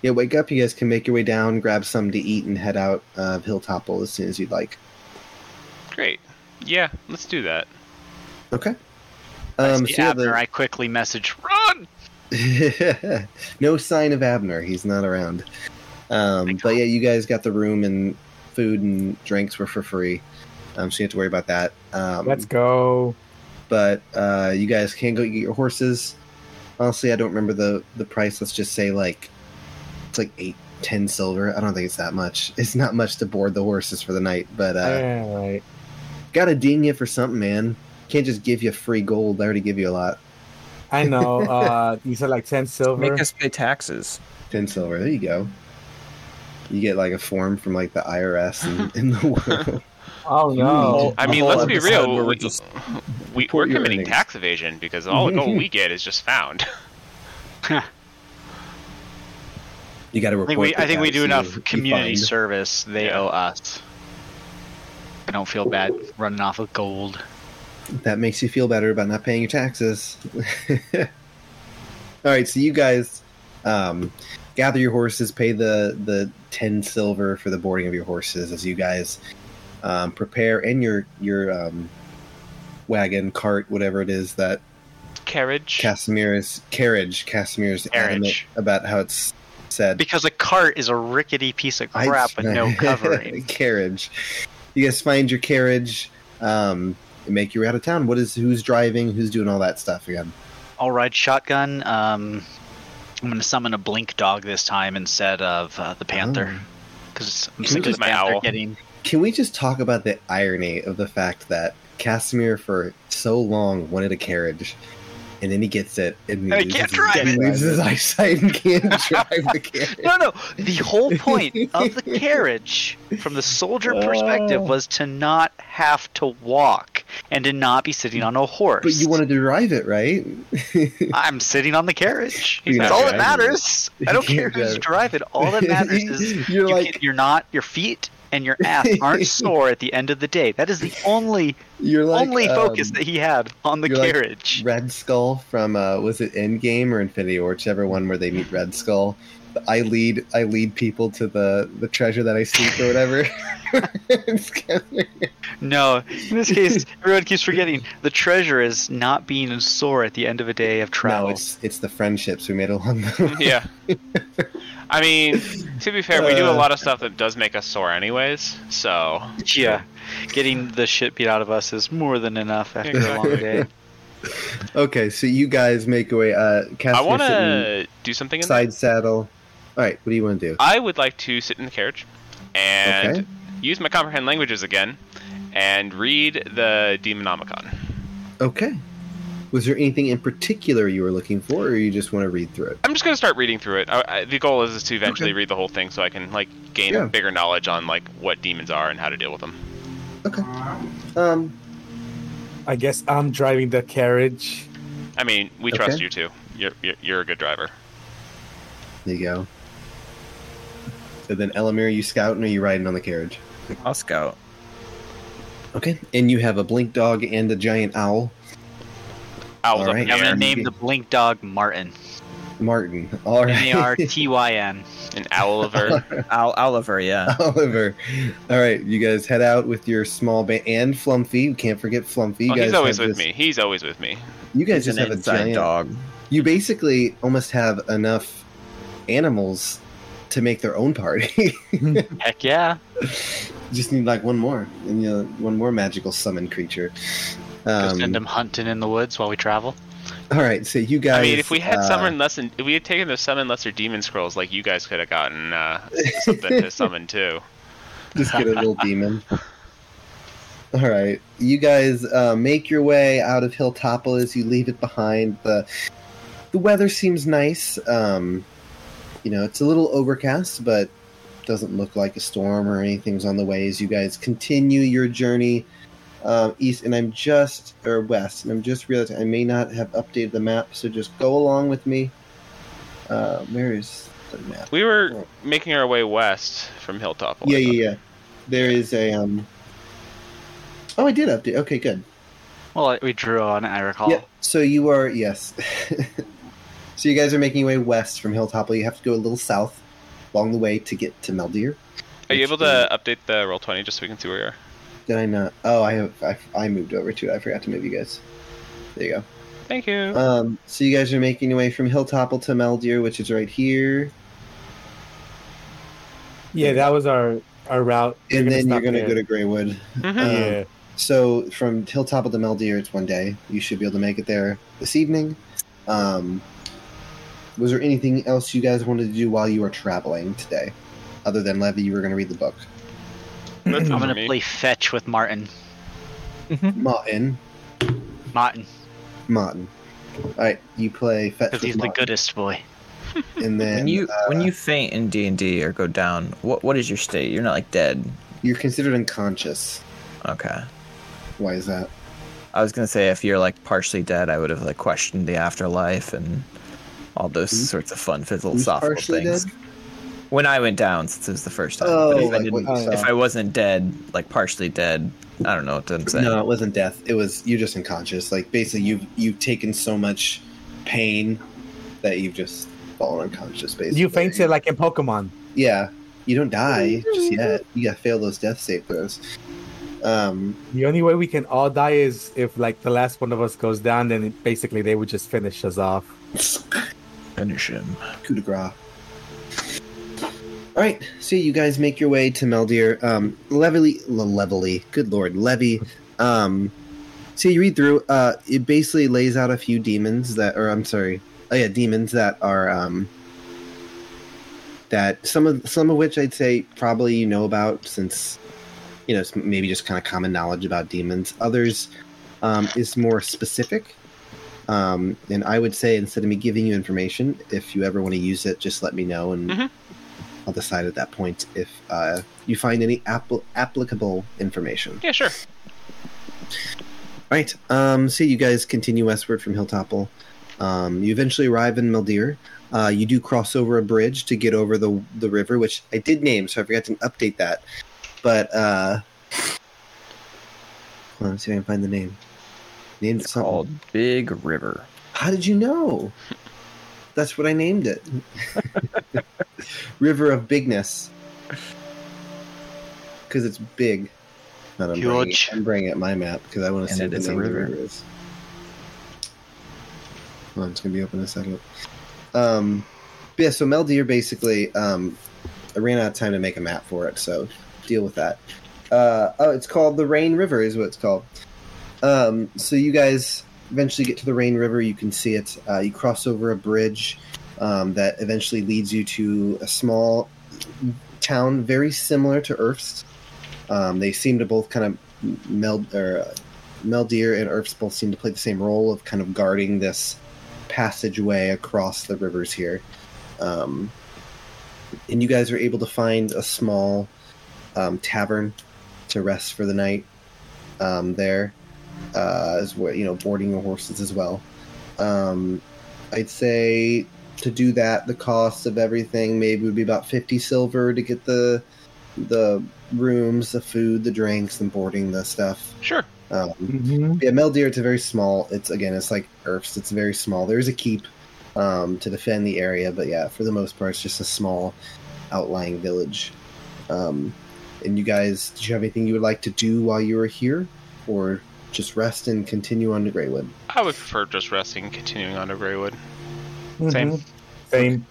wake up you guys can make your way down grab something to eat and head out of hilltopple as soon as you'd like Great. Yeah, let's do that. okay Um, I, see so yeah, the- Abner, I quickly message, run! no sign of Abner. He's not around. Um, Thank but God. yeah, you guys got the room and food and drinks were for free. Um, so you have to worry about that. Um, Let's go. but uh, you guys can go get your horses. Honestly, I don't remember the, the price. Let's just say like it's like eight, ten silver. I don't think it's that much. It's not much to board the horses for the night, but uh, Yeah, right. gotta ding you for something, man. Can't just give you free gold. I already give you a lot. I know. Uh, you said like ten silver. Make us pay taxes. Ten silver. There you go. You get like a form from like the IRS and, in the world. oh no! I The mean, whole let's be episode real. where We, we're just- we, we're Report your committing earnings. tax evasion because all the gold we get is just found. You got to I report. think we, the I think we tax do you- enough you community find. service. They Yeah. owe us. I don't feel bad running off with gold. That makes you feel better about not paying your taxes. All right, so you guys um, gather your horses, pay the the ten silver for the boarding of your horses as you guys um, prepare in your your um, wagon, cart, whatever it is that Carriage. Casimir's carriage. Casimir's adamant Carriage. about how it's said. Because a cart is a rickety piece of I- crap with no covering. carriage. You guys find your carriage, um, and make your way out of town. What is who's driving? Who's doing all that stuff again? I'll ride shotgun. Um, I'm going to summon a blink dog this time instead of uh, the Oh. panther. Because I'm sick of Who's the my panther owl? getting. Can we just talk about the irony of the fact that Casimir for so long wanted a carriage, and then he gets it and, he And he loses can't his- drive he it. loses his eyesight and can't drive the carriage. No, no. The whole point of the carriage, from the soldier Oh. perspective, was to not have to walk and to not be sitting on a horse. But you wanted to drive it, right? I'm sitting on the carriage. You're That's not all that driving matters. I don't You care can't who's drive. driving. All that matters is You're you like- can- you're not your feet and your ass aren't sore at the end of the day. That is the only You're like only um, focus that he had on the you're like- carriage. Red Skull from uh, was it Endgame or Infinity War, whichever one where they meet Red Skull. I lead I lead people to the the treasure that I seek or whatever. It's kinda- No, in this case, everyone keeps forgetting the treasure is not being sore at the end of a day of travel. no, it's it's the friendships we made along the way. Yeah. I mean, to be fair, we do a Uh. lot of stuff that does make us sore, anyways. So yeah, getting the shit beat out of us is more than enough after a long Exactly. day. Okay, so you guys make away. Uh, I Cassius want sitting to do something. In side saddle. All right, what do you want to do? I would like to sit in the carriage and Okay. use my comprehend languages again and read the Demonomicon. Okay. Was there anything in particular you were looking for, or you just want to read through it? I'm just gonna start reading through it. I, I, the goal is, is to eventually Okay. read the whole thing so I can like gain Yeah. a bigger knowledge on like what demons are and how to deal with them. Um, I guess I'm driving the carriage. I mean, we trust Okay. you too. You're, you're you're a good driver. there you go. So then, Elamir, you scouting, or are you riding on the carriage? I'll scout. Okay. And you have a blink dog and a giant owl, Owls All up right. in the I'm air. gonna name the blink dog Martin. Martin. All M A right. R T Y N. An owl of her. Al- Oliver, yeah. Oliver. All right, you guys head out with your small band and Flumpy. You can't forget Flumpy. You Oh, guys he's always have with this- me. He's always with me. You guys He's an just have a inside giant dog. you basically almost have enough animals to make their own party. you Heck yeah. just need like one more, and you know, one more magical summon creature. Go Um, send him hunting in the woods while we travel. all right, so you guys. I mean, if we had uh, summon lesson, if we had taken those summon lesser demon scrolls, like you guys could have gotten uh, something to summon too. just get a little demon. All right, you guys uh, make your way out of Hilltopple as you leave it behind. the The weather seems nice. Um, you know, it's a little overcast, but doesn't look like a storm or anything's on the way as you guys continue your journey um, east. And I'm just or west, and I'm just realizing I may not have updated the map, so just go along with me. Uh, where is the map? We were making our way west from Hilltop. Yeah, yeah, yeah. There is a um. Oh, I did update. Okay, good. Well, we drew on it, I recall. Yeah. So you are yes. so you guys are making your way west from Hilltopple. You have to go a little south along the way to get to Meldir. Are you able to update the roll twenty just so we can see where we are? Did I not? Oh, I have. I, I moved over to it. I forgot to move you guys. There you go. Thank you. Um, so you guys are making your way from Hilltopple to Meldir, which is right here, Yeah, that was our our route. We're and then you're stop going to there. go to Greywood. Mm-hmm. Mhm. um, yeah. So from Hilltop of the Meldir, it's one day. You should be able to make it there this evening. Um, was there anything else you guys wanted to do while you were traveling today, other than Levy? You were going to read the book. That's I'm for gonna me. play fetch with Martin. Mm-hmm. Martin, Martin, Martin. All right, you play fetch because with he's the Martin, goodest boy. and then uh, When you when you faint in D and D or go down, what what is your state? You're not like dead. you're considered unconscious. Okay. Why is that? I was gonna say if you're like partially dead, I would have like questioned the afterlife and all those Who's- sorts of fun Hmm? Who's philosophical partially things. dead? When I went down, since it was the first time, Oh, but if, I like what didn't, you saw. if I wasn't dead, like partially dead, I don't know what I'm saying. No, it wasn't death. It was you're just unconscious. Like basically, you've you've taken so much pain that you've just fallen unconscious. Basically, You fainted like Mm-hmm. in Pokemon. Yeah, you don't die just yet. You gotta fail those death save throws. Um, The only way we can all die is if like the last one of us goes down, then it- basically they would just finish us off. Finish him. coup de grace. All right, so you guys make your way to Meldir. Um, Levely, Le- Levely, good lord, Levy. Um, so you read through. Uh, it basically lays out a few demons that, or I'm sorry, oh yeah, demons that are um, that some of some of which I'd say probably you know about since you know it's maybe just kind of common knowledge about demons. Others um, is more specific. Um, and I would say instead of me giving you information, if you ever want to use it, just let me know, and Mhm. I'll decide at that point if uh, you find any appl- applicable information. Yeah, sure. Right. Um, so you guys continue westward from Hilltopple. Um, you eventually arrive in Meldir. Uh, you do cross over a bridge to get over the the river, which I did name, so I forgot to update that. But uh, hold on, let's see if I can find the name. Named it It's something. called Big River. How did you know? That's what I named it. River of Bigness. Because it's big. Not I'm, bringing it, Huge. I'm bringing up my map because I want to And see it what the is a name of the river. river is. Hold on, it's going to be open in a second. Um, but yeah, so Meldir basically, um, I ran out of time to make a map for it, so deal with that. Uh, oh, it's called the Rain River, is what it's called. Um, so you guys eventually get to the Rain River. You can see it. Uh, you cross over a bridge um, that eventually leads you to a small town, very similar to Earth's. Um, they seem to both kind of meld or uh, Meldir and Earth's both seem to play the same role of kind of guarding this passageway across the rivers here. Um, and you guys are able to find a small um, tavern to rest for the night um, there uh, as well, you know, boarding your horses as well. Um, I'd say to do that, the cost of everything maybe would be about fifty silver to get the the rooms, the food, the drinks, and boarding the stuff. Sure. Um, Mhm. yeah, Meldir. It's a very small. It's again, it's like Earth's. It's very small. There is a keep um, to defend the area, but yeah, for the most part, it's just a small outlying village. Um, and you guys, did you have anything you would like to do while you were here, or just rest and continue on to Greywood? I would prefer just resting, continuing on to Greywood. Mhm. Same. Same.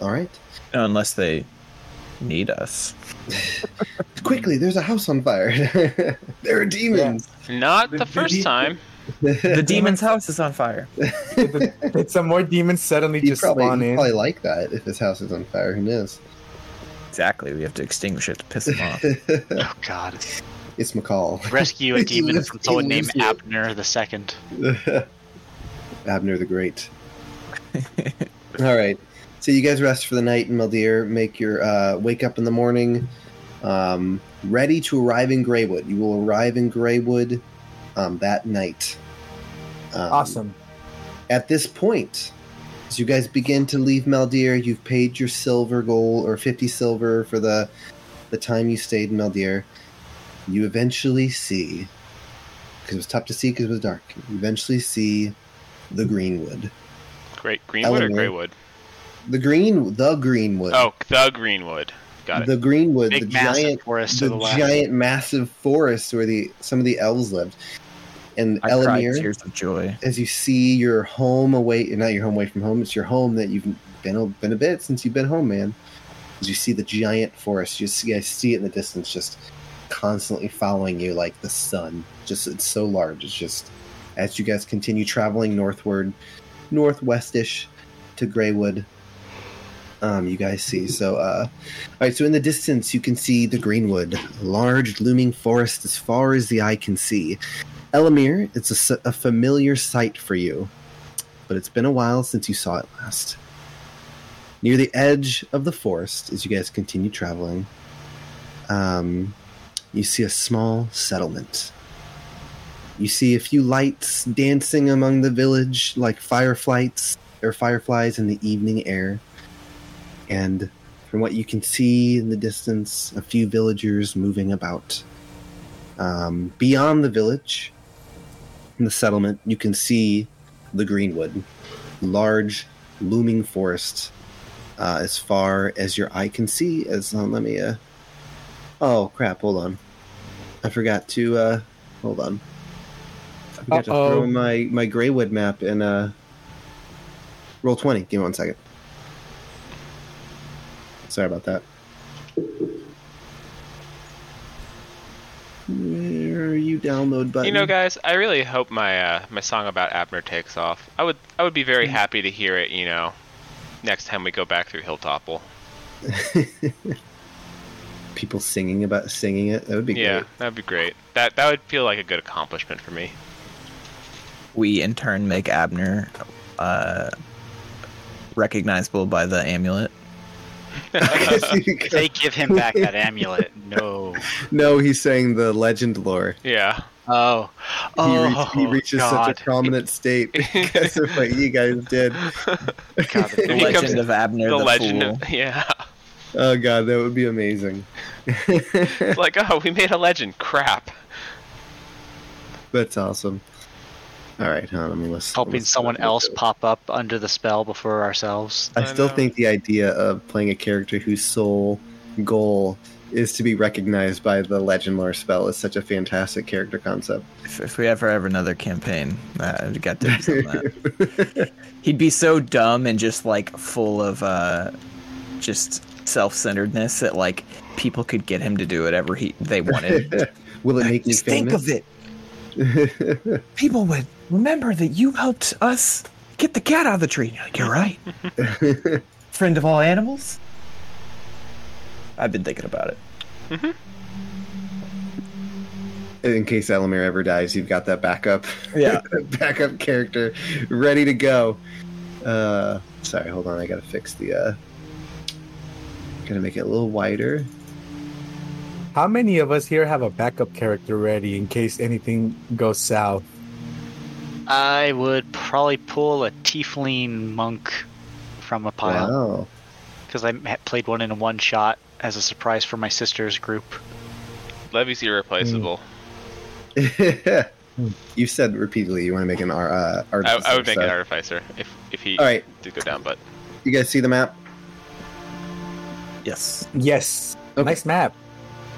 All right. Unless they need us. Quickly, Mm-hmm. there's a house on fire. there are demons. Not The- the the first de- time. The demon's house is on fire. Did some more demons suddenly He'd just probably, spawn he'd in? probably like that if his house is on fire. Who knows? Exactly. We have to extinguish it to piss him off. Oh God! it's McCall. Rescue a He demon lives- from he someone named lives here. Abner the Second. Abner the Great. All right. So you guys rest for the night in Maldir. Make your uh, wake up in the morning, um, ready to arrive in Greywood. You will arrive in Greywood um, that night. Um, Awesome. At this point, as you guys begin to leave Maldir, you've paid your silver goal or fifty silver for the the time you stayed in Maldir. You eventually see, because it was tough to see because it was dark. You eventually see the Greenwood. Great Greenwood or Eleanor. Greywood? The green, the greenwood. Oh, the Greenwood. Got it. the greenwood, Big the massive giant, forest to the, the left. giant, massive forest where the some of the elves lived. And I cried Elamir, tears of joy. as you see your home away, not your home away from home, it's your home that you've been a- been a bit since you've been home, man. As you see the giant forest, you, see, you guys see it in the distance, just constantly following you like the sun. Just it's so large. It's just as you guys continue traveling northward, northwestish to Greywood. Um, you guys see so. Uh, all right, so in the distance you can see the Greenwood, a large looming forest as far as the eye can see. Elamir, it's a s- a, familiar sight for you, but it's been a while since you saw it last. Near the edge of the forest, as you guys continue traveling, um, you see a small settlement. You see a few lights dancing among the village like fireflies or fireflies in the evening air. And from what you can see in the distance, a few villagers moving about. Um, beyond the village, in the settlement, you can see the greenwood, large, looming forest, uh, as far as your eye can see. As uh, let me, uh, oh crap, hold on, I forgot to uh, hold on. I forgot to Uh-oh. throw my my graywood map in uh, roll twenty. Give me one second. Sorry about that. Where are you download button? You know, guys, I really hope my uh, my song about Abner takes off. I would I would be very Mm. happy to hear it. You know, next time we go back through Hilltopple. people singing about singing it. That would be Yeah, great. that'd be great. That that would feel like a good accomplishment for me. We in turn make Abner uh, recognizable by the amulet. If they give him back that amulet, no. no, he's saying the legend lore. Yeah, Oh, he, oh, reach- he reaches God. such a prominent state because of what you guys did. God, the It The becomes legend. legend of Abner the, the, legend. Fool. Of, yeah, Oh god, that would be amazing. It's like, oh, we made a legend. Crap. That's awesome. All right, huh? Let me listen. helping let's- someone let's else go. pop up under the spell before ourselves. I I still know. think the idea of playing a character whose sole goal is to be recognized by the legend lore spell is such a fantastic character concept. If, if we ever have another campaign, uh, I've got dibs on that. He'd be so dumb and just like full of uh, just self-centeredness that like people could get him to do whatever he they wanted. Will it make me just think famous? of it. people would remember that you helped us get the cat out of the tree. And you're like, you're right. Friend of all animals. I've been thinking about it. In case Elamir ever dies, you've got that backup. Yeah. backup character ready to go. Uh, sorry, hold on. I gotta fix the. Uh, gonna make it a little wider. How many of us here have a backup character ready in case anything goes south? I would probably pull a tiefling monk from a pile Wow. because I ha- played one in one shot as a surprise for my sister's group. Levy's Mm, irreplaceable. you said repeatedly you want to make an ar- uh, I, artificer. I would make so- an artificer if if he All right, did go down, but you guys see the map? Yes. Yes. Okay. Nice map.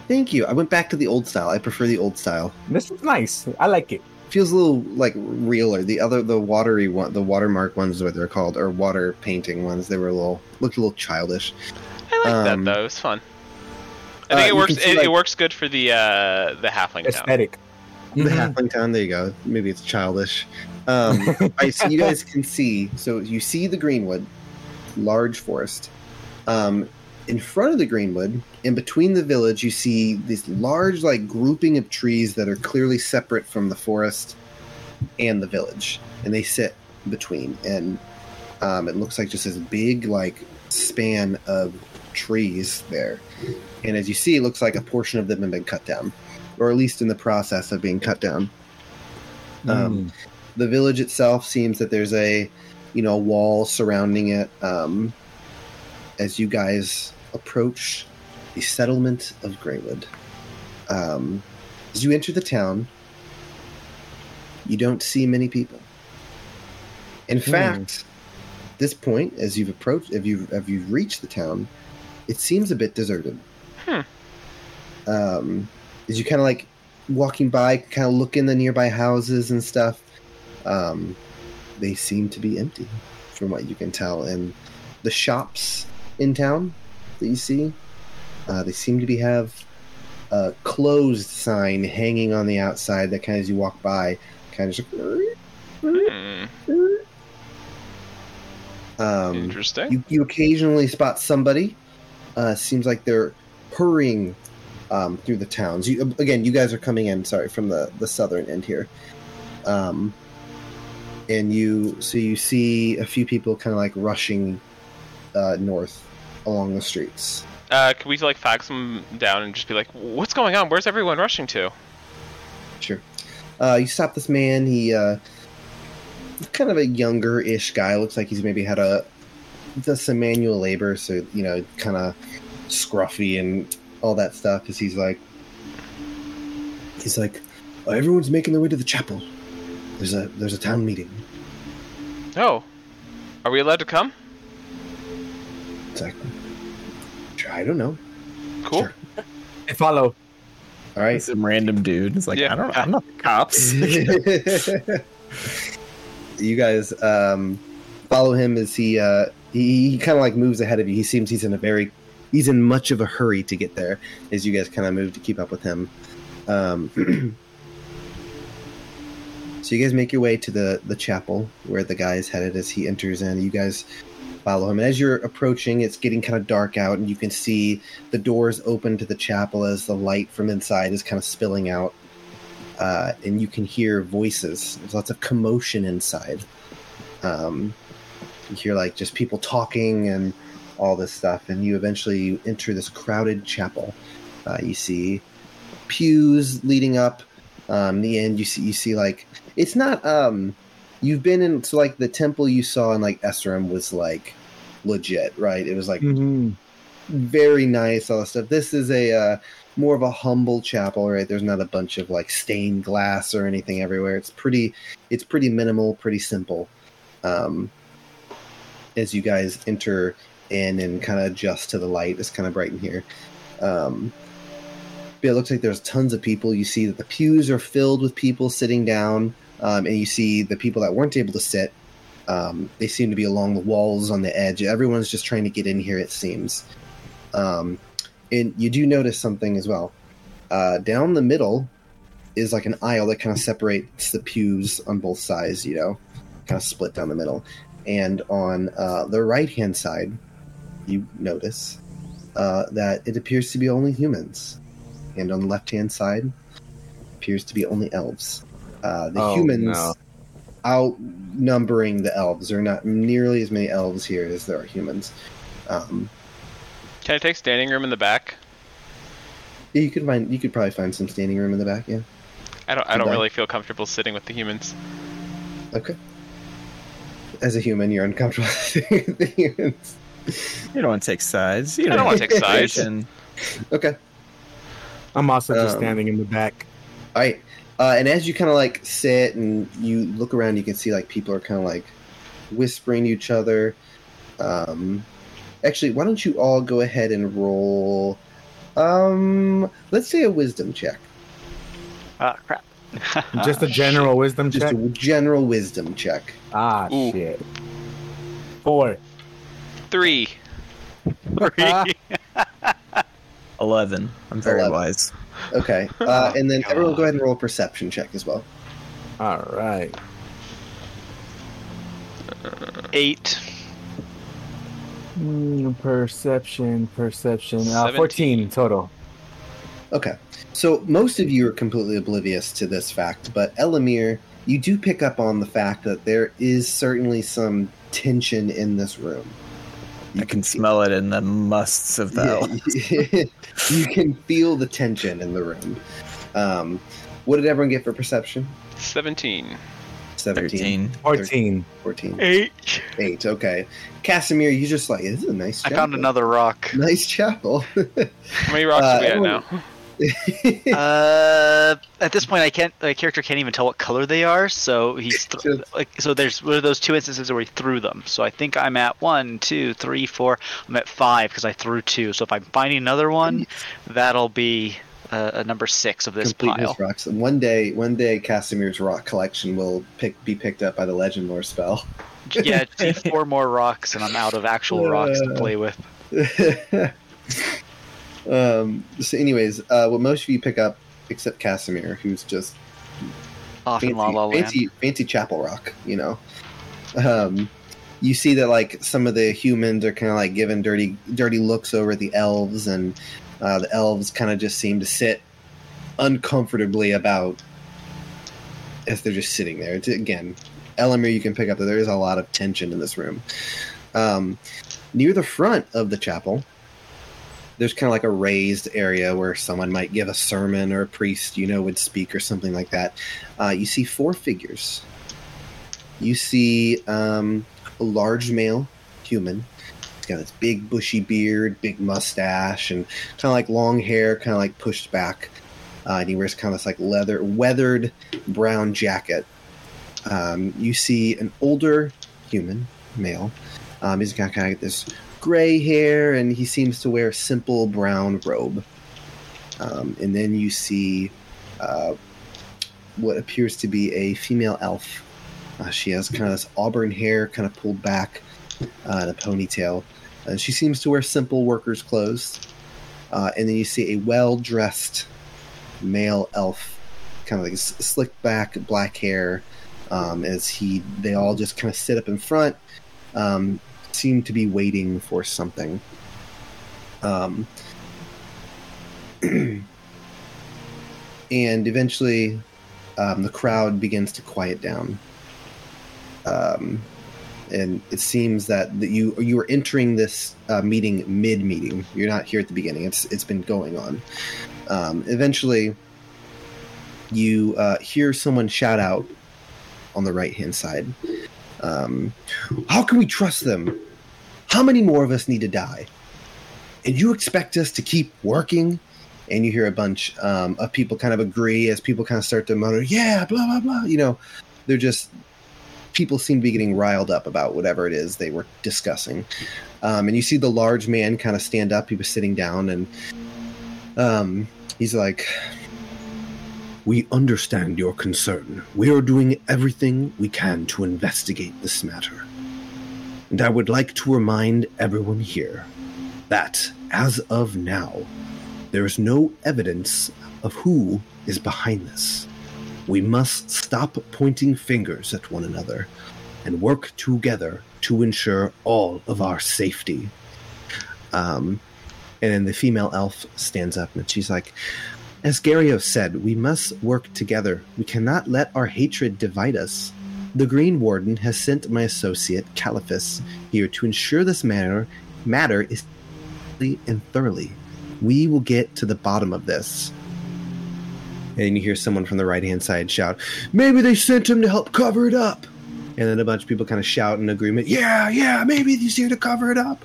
Thank you. I went back to the old style. I prefer the old style. This is nice. I like it. Feels a little like realer. The other, the watery one, the watermark ones, is what they're called, or water painting ones. They were a little looked a little childish. I like Um, that though. It's fun. uh, I think you it can works. see, It, like- it works good for the uh, the halfling town. Aesthetic. The Mhm. halfling town. There you go. Maybe it's childish. Um, all right, so you guys can see. So you see the greenwood, large forest. Um, in front of the greenwood, and between the village, you see this large, like grouping of trees that are clearly separate from the forest and the village, and they sit between. And um, it looks like just this big, like span of trees there. And as you see, it looks like a portion of them have been cut down, or at least in the process of being cut down Um, the village itself seems that there's a you know wall surrounding it um, as you guys approach the settlement of greywood um, as you enter the town you don't see many people in Hmm. fact at this point as you've approached if you've, if you've reached the town it seems a bit deserted Hmm. um, as you kind of like walking by kind of look in the nearby houses and stuff um, they seem to be empty from what you can tell and the shops in town that you see uh, they seem to be have a closed sign hanging on the outside that kind of as you walk by kind of just Hmm, um, interesting. you, you occasionally spot somebody. Uh, seems like they're hurrying um, through the towns. You, again, you guys are coming in. Sorry, from the the southern end here. Um, and you so you see a few people kind of like rushing uh, north along the streets. Uh, could we like flag some down and just be like, "What's going on? Where's everyone rushing to?" Sure. Uh, you stop this man. He uh, kind of a younger-ish guy. Looks like he's maybe had a does some manual labor, so you know, kind of scruffy and all that stuff. Because he's like, he's like, "Oh, everyone's making their way to the chapel. There's a there's a town meeting. Oh, are we allowed to come? It's like, sure, I don't know. Cool. Sure. I follow. All right, Some random dude. It's like Yeah. I don't. I'm not the cops. you guys um, follow him as he uh, he, he kind of like moves ahead of you. He seems he's in a very he's in much of a hurry to get there as you guys kind of move to keep up with him. Um, so you guys make your way to the the chapel where the guy is headed as he enters in. You guys follow him. And as you're approaching, it's getting kind of dark out, and you can see the doors open to the chapel as the light from inside is kind of spilling out uh, and you can hear voices. There's lots of commotion inside. Um, you hear like just people talking and all this stuff, and you eventually enter this crowded chapel. Uh, you see pews leading up. Um, the end, you see, you see like it's not. Um, you've been in so Mm-hmm. like the temple you saw in like Esrim was like legit, right? It was like very nice, all that stuff. This is a uh, more of a humble chapel, right? There's not a bunch of like stained glass or anything everywhere. It's pretty, it's pretty minimal, pretty simple. Um, as you guys enter in and kind of adjust to the light, it's kind of bright in here. Um, but it looks like there's tons of people. You see that the pews are filled with people sitting down, um, and you see the people that weren't able to sit. Um, they seem to be along the walls on the edge. Everyone's just trying to get in here, it seems. Um, and you do notice something as well. Uh, down the middle is like an aisle that kind of separates the pews on both sides, you know, kind of split down the middle. And on uh, the right hand side, you notice uh, that it appears to be only humans. And on the left hand side, appears to be only elves. Uh, the Oh, humans no. outnumbering the elves. There are not nearly as many elves here as there are humans. Um, Can I take standing room in the back? yeah, you could find you could probably find some standing room in the back. Yeah. I don't. I don't No. really feel comfortable sitting with the humans. Okay. As a human, you're uncomfortable with the humans. You don't want to take sides. You I don't want to take sides. And Okay. I'm also just Um, standing in the back. All right. Uh, and as you kind of like sit and you look around, you can see like people are kind of like whispering to each other. Um, actually, why don't you all go ahead and roll? Um, let's say a wisdom check, Ah, crap. ah, Just a general wisdom just check. a general wisdom check. Ah, Ooh. shit. Four. Three. Eleven. I'm very 11. wise. Okay. Uh, Oh, and then God. everyone go ahead and roll a perception check as well. All right. Eight. Mm, perception, perception. Uh, Seventeen. 14 total. Okay. So most of you are completely oblivious to this fact, but Elamir, you do pick up on the fact that there is certainly some tension in this room. I can smell it in the musts of the elves. Yeah, you can feel the tension in the room. Um, what did everyone get for perception? Seventeen. 17, Thirteen. 14. 14, Eight. 8. Okay. Casimir, you just like, this is a nice I chapel. found another rock. Nice chapel. How many rocks Uh, are we at everyone- now? Uh, at this point, I can't. The character can't even tell what color they are, so he's th- Just- like. So there's what are those two instances where he threw them. So I think I'm at one, two, three, four. I'm at five because I threw two. So if I'm finding another one, that'll be uh, a number six of this complete pile. his rocks. And one day, one day, Casimir's rock collection will pick, be picked up by the legend lore spell. yeah, see four more rocks, and I'm out of Uh, actual rocks to play with. um, so, anyways, uh, what most of you pick up, except Casimir, who's just Off fancy, in La La Land. fancy, fancy Chapel Rock, you know. Um, you see that like some of the humans are kind of like giving dirty, dirty looks over at the elves, and uh, the elves kind of just seem to sit uncomfortably about as they're just sitting there. It's, again, Elamir, you can pick up that there is a lot of tension in this room. Um, near the front of the chapel, there's kind of like a raised area where someone might give a sermon or a priest, you know, would speak or something like that. Uh, you see four figures. You see um, a large male human. He's got this big bushy beard, big mustache, and kind of like long hair, kind of like pushed back. Uh, and he wears kind of this like leather, weathered brown jacket. Um, you see an older human, male. Um, he's got kind of this gray hair, and he seems to wear a simple brown robe. Um, and then you see uh, what appears to be a female elf. Uh, she has kind of this auburn hair, kind of pulled back, uh, and a ponytail. And she seems to wear simple workers' clothes. Uh, and then you see a well dressed male elf, kind of like s- slicked back black hair. Um, as he, they all just kind of sit up in front, um, seem to be waiting for something. Um, and eventually, um, the crowd begins to quiet down. Um, and it seems that that you you are entering this uh, meeting mid meeting. You're not here at the beginning. It's it's been going on. Um, eventually, you uh, hear someone shout out on the right hand side. Um, How can we trust them? How many more of us need to die? and you expect us to keep working? And you hear a bunch um, of people kind of agree as people kind of start to mutter, yeah, blah, blah, blah. You know, they're just, people seem to be getting riled up about whatever it is they were discussing. Um, and you see the large man kind of stand up. He was sitting down and um, he's like, we understand your concern. We are doing everything we can to investigate this matter. And I would like to remind everyone here that, as of now, there is no evidence of who is behind this. We must stop pointing fingers at one another and work together to ensure all of our safety. Um, and then the female elf stands up and she's like, as Garios said, we must work together. We cannot let our hatred divide us. The Green Warden has sent my associate, Caliphus, here to ensure this matter, matter is thoroughly and thoroughly. We will get to the bottom of this. And you hear someone from the right hand side shout, Maybe they sent him to help cover it up. And then a bunch of people kind of shout in agreement, Yeah, yeah, maybe he's here to cover it up.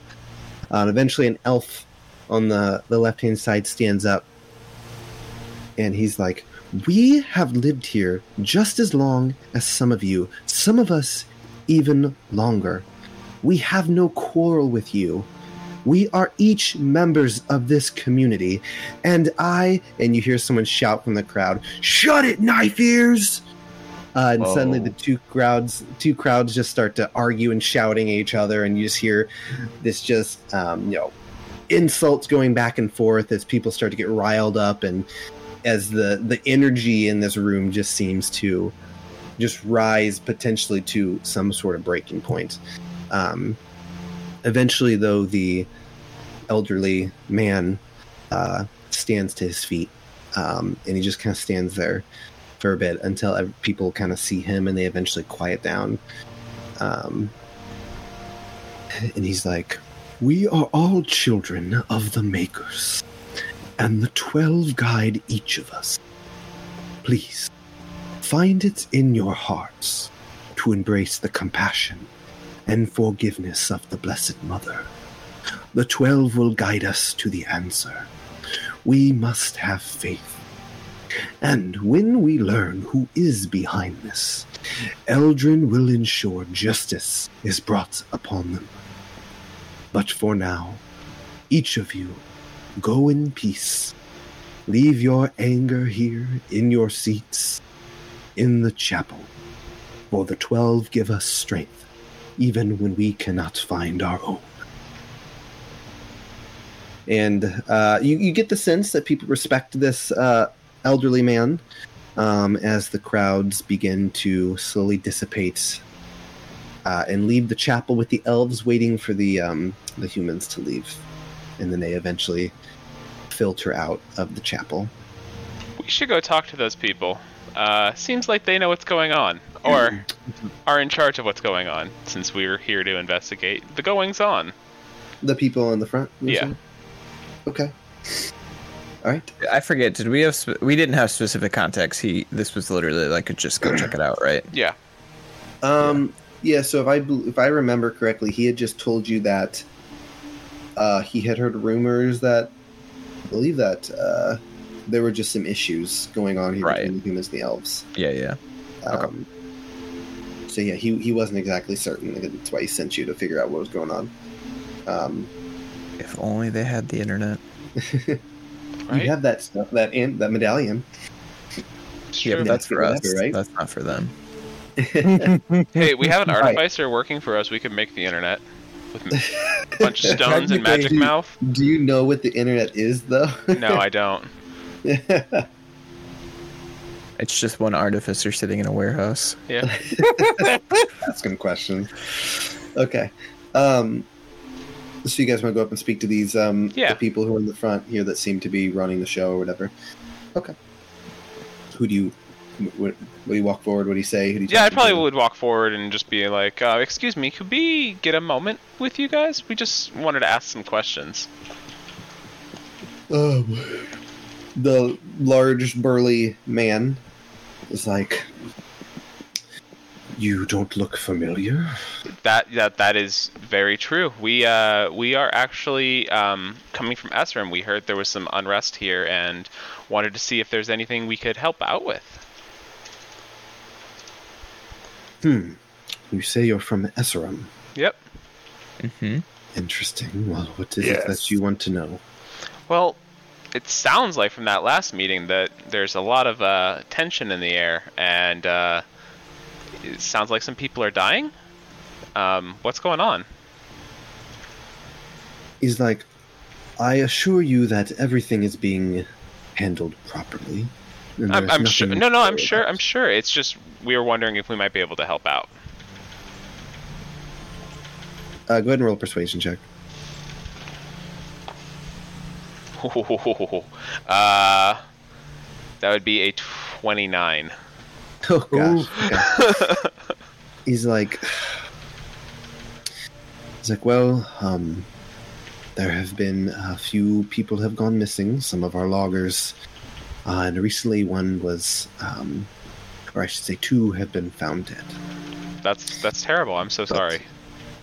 Uh, and eventually, an elf on the, the left hand side stands up and he's like, We have lived here just as long as some of you, some of us even longer. We have no quarrel with you. We are each members of this community. And I, and you hear someone shout from the crowd, Shut it, knife ears! Uh, and Whoa. suddenly the two crowds, two crowds just start to argue and shouting at each other, and you just hear this just, um, you know, insults going back and forth as people start to get riled up and as the the energy in this room just seems to just rise potentially to some sort of breaking point. Um, eventually, though, the elderly man uh, stands to his feet, um, and he just kind of stands there for a bit until ev- people kind of see him, and they eventually quiet down. Um, and he's like, "We are all children of the Makers." and the twelve guide each of us. Please, find it in your hearts to embrace the compassion and forgiveness of the Blessed Mother. The twelve will guide us to the answer. We must have faith. And when we learn who is behind this, Eldrin will ensure justice is brought upon them. But for now, each of you Go in peace. Leave your anger here in your seats, in the chapel. For the twelve give us strength, even when we cannot find our own. And uh, you, you get the sense that people respect this uh, elderly man um, as the crowds begin to slowly dissipate uh, and leave the chapel with the elves waiting for the, um, the humans to leave and then they eventually filter out of the chapel. We should go talk to those people. Uh, seems like they know what's going on, or are in charge of what's going on, since we're here to investigate the goings on. The people in the front. you Yeah. said? Okay. All right. I forget. Did we have? Sp- we didn't have specific context. He. This was literally like just go check it out, right? Yeah. Um. Yeah. So if I bel- if I remember correctly, he had just told you that uh, he had heard rumors that I believe that uh, there were just some issues going on here Right. between the humans and the elves. Yeah, yeah. Okay. Um, So yeah, he he wasn't exactly certain. That's why he sent you to figure out what was going on. Um, If only they had the internet. Right. You have that stuff that and that medallion. It's Yeah, true. but that's for us. Remember, right? That's not for them. Hey, we have an Right. artificer working for us. We can make the internet with a bunch of stones and magic Technically- mouth. Do you know what the internet is, though? No, I don't. It's just one artificer sitting in a warehouse. Yeah. Ask him questions. Okay. Um, so you guys want to go up and speak to these um, Yeah. the people who are in the front here that seem to be running the show or whatever? Okay. Who do you? What, what do you walk forward? What do you say? Who do you Yeah, I talk to? probably would walk forward and just be like, uh, "Excuse me, could we get a moment with you guys? We just wanted to ask some questions." Um, the large burly man is like, You don't look familiar. That that that is very true. We uh we are actually um coming from Esrim. We heard there was some unrest here and wanted to see if there's anything we could help out with. Hmm. You say you're from Esaram. Yep. Mm-hmm. Interesting. Well, what is it that Yes. you want to know? Well, it sounds like from that last meeting that there's a lot of uh, tension in the air, and uh, it sounds like some people are dying. Um, what's going on? He's like, I assure you that everything is being handled properly. and I'm, there's I'm sure. nothing No, to no, I'm worry sure. about." I'm sure. It's just we were wondering if we might be able to help out. Uh, go ahead and roll a persuasion check. Uh, that uh, would be a 29. Oh gosh. Okay. he's like, he's like, well, um, there have been a few people have gone missing. Some of our loggers, uh, and recently one was, um, or I should say, two have been found dead. That's that's terrible. I'm so sorry.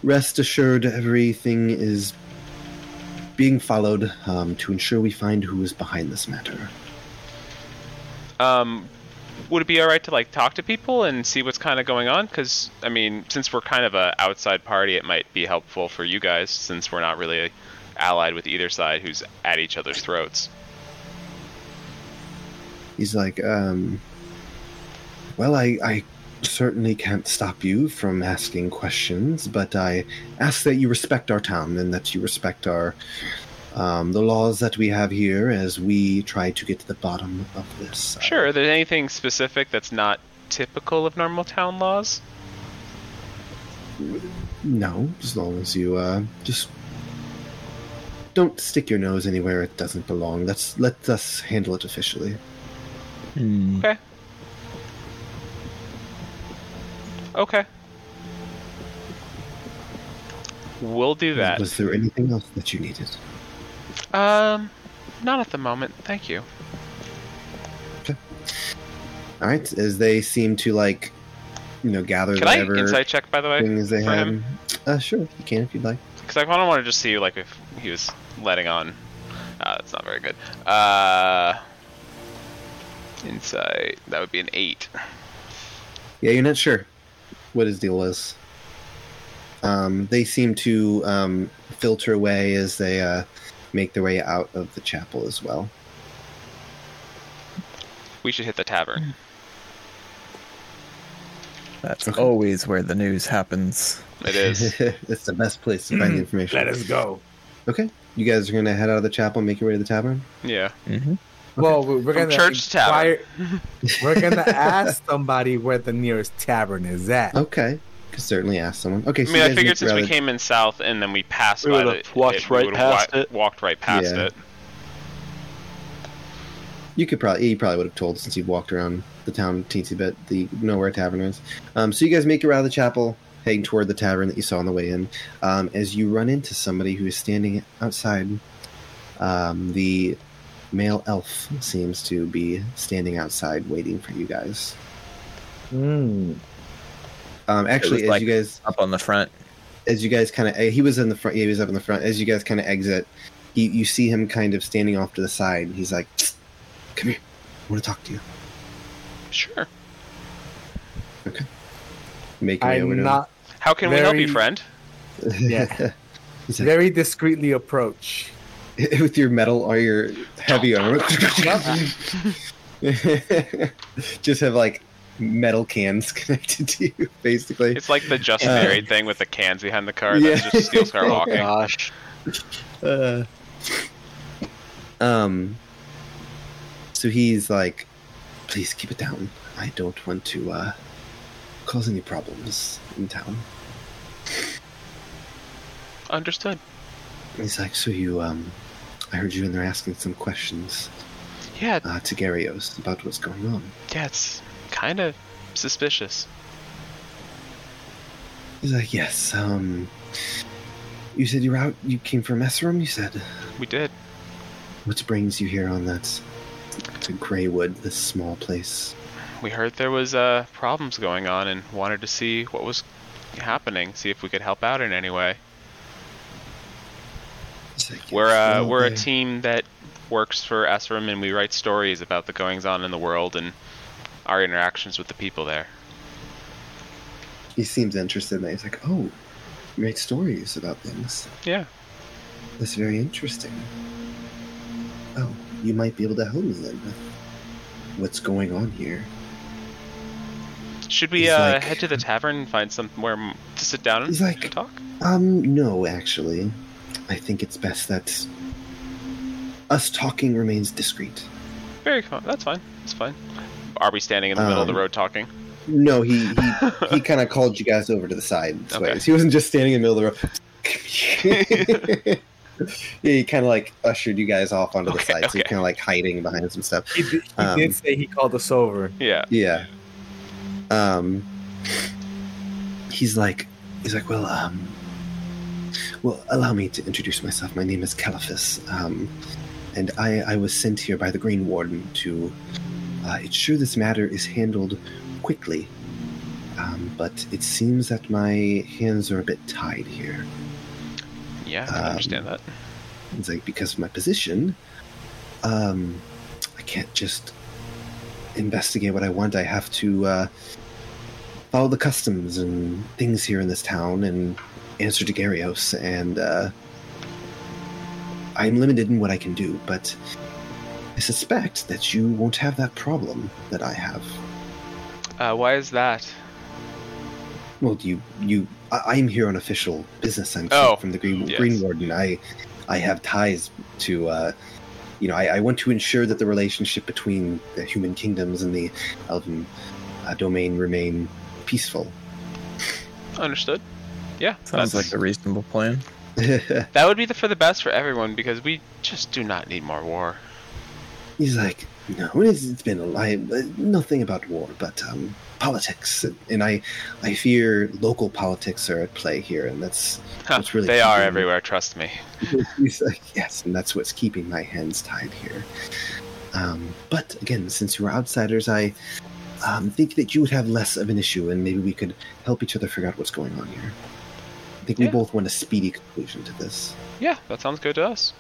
Rest assured, everything is being followed um, to ensure we find who is behind this matter. Um, would it be all right to like talk to people and see what's kind of going on? Because I mean, since we're kind of a outside party, it might be helpful for you guys since we're not really allied with either side who's at each other's throats. He's like, um, well, I, I certainly can't stop you from asking questions, but I ask that you respect our town and that you respect our um, the laws that we have here as we try to get to the bottom of this. Sure. Are there anything specific that's not typical of normal town laws? No, as long as you uh, just don't stick your nose anywhere it doesn't belong. Let's let us handle it officially. Hmm. Okay. Okay. We'll do that. Was there anything else that you needed? Um, not at the moment. Thank you. All right, as they seem to like, you know, gather Can I whatever insight check, by the way? things they for have. him? Uh, sure, you can if you'd like. Because I kind of want to just see like if he was letting on. Uh, that's not very good. Uh, insight. That would be an eight. Yeah, you're not sure what his deal is. Um, they seem to um, filter away as they uh, make their way out of the chapel as well. We should hit the tavern. That's Okay. always where the news happens. It is. That's the best place to find the information. Let us go. Okay, you guys are gonna head out of the chapel and make your way to the tavern. Yeah. hmm Well, we- we're From gonna church to tavern. inquire- we're gonna ask somebody where the nearest tavern is at. Okay, could certainly ask someone. Okay, I so mean, you guys I figured make your since way we out came in south and then we passed We by would've the, walked we right would've past wa- it. Walked right past Yeah. it. of- you could probably you probably would have told since you've walked around the town a teensy bit. The nowhere tavern is. Um, so you guys make your way out of the chapel, heading toward the tavern that you saw on the way in. Um, as you run into somebody who is standing outside, um, the male elf seems to be standing outside waiting for you guys. Mm. Um, actually, as like- you guys Up on the front. as you guys kind of he was in the front yeah, he was up in the front as you guys kind of exit he, you see him kind of standing off to the side he's like come here i want to talk to you Sure. make your way over to I'm him. not How can we help you, Very- friend? yeah. He's like, very discreetly approach. with your metal or your heavy armor just have like metal cans connected to you basically It's like the Just Uh, Married thing with the cans behind the car. yeah. That's just Steel Scar walking. Gosh. Uh, um. So he's like, "Please keep it down. I don't want to uh, cause any problems in town." Understood. He's like, "So you, um, I heard you in there asking some questions Yeah. uh, to Garios about what's going on." Yeah. It's kind of suspicious. He's like, "Yes. Um, you said you're out. You came from Esserum. You said We did. what brings you here on that to Greywood, this small place?" we heard there was uh, problems going on and wanted to see what was happening, see if we could help out in any way. It's like, We're uh, oh, we're a man. team that works for Esrim, and we write stories about the goings on in the world and our interactions with the people there. He seems interested in that. He's like, oh, you write stories about things. Yeah. That's very interesting. Oh, you might be able to help me then with what's going on here. Should we He's uh, like- head to the tavern and find somewhere m- to sit down and He's like- talk? Um, no, actually. I think it's best that us talking remains discreet. Very fine. That's fine. That's fine. Are we standing in the middle of the Um, road talking? No, he he, he kind of called you guys over to the side. This Okay. way. He wasn't just standing in the middle of the road. yeah, he kind of like ushered you guys off onto the Okay, side, so you're okay. kind of like hiding behind some stuff. He, did- he Um, did say he called us over. Yeah. Yeah. Um. He's like, he's like, well, um, well, allow me to introduce myself. My name is Caliphus, um, and I I was sent here by the Green Warden to uh, ensure this matter is handled quickly. Um, but it seems that my hands are a bit tied here. Yeah, I um, understand that. It's like because of my position, um, I can't just investigate what I want. I have to uh, follow the customs and things here in this town and answer to Garios. And uh, I'm limited in what I can do, but I suspect that you won't have that problem that I have. Uh, why is that? Well, you you I, I'm here on official business. I'm Oh, from the Green yes. Green Warden. I I have ties to uh, you know I, I want to ensure that the relationship between the human kingdoms and the elven uh, domain remain peaceful. Understood. Yeah. Sounds that's- like a reasonable plan. That would be the, for the best for everyone because we just do not need more war. He's like, no, it's, it's been a lie. Nothing about war, but um, politics, and I I fear local politics are at play here, and that's It's really they are keeping- everywhere. Trust me. He's like, yes, and that's what's keeping my hands tied here. Um, but again, since you are outsiders, I um, think that you would have less of an issue, and maybe we could help each other figure out what's going on here. I think we Yeah. both want a speedy conclusion to this. Yeah, that sounds good to us.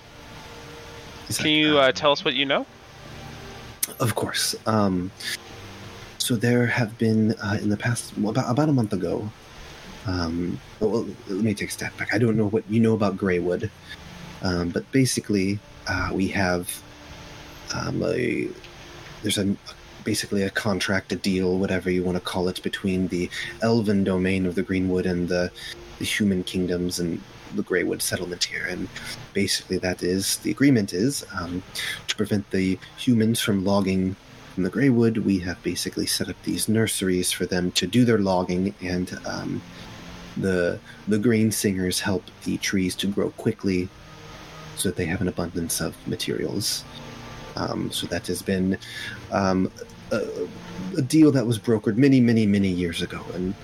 He's Can like, you um, uh, tell us what you know? Of course. Um, so there have been uh, in the past well, about about a month ago. Um, well, let me take a step back. I don't know what you know about Greywood, um, but basically uh, we have um, a there's a basically a contract, a deal, whatever you want to call it, between the Elven domain of the Greenwood and the the human kingdoms and the Greywood settlement here. And basically, that is the agreement is um, to prevent the humans from logging in the Greywood, we have basically set up these nurseries for them to do their logging, and um, the the green singers help the trees to grow quickly, so that they have an abundance of materials. Um, so that has been um, a, a deal that was brokered many, many, many years ago, and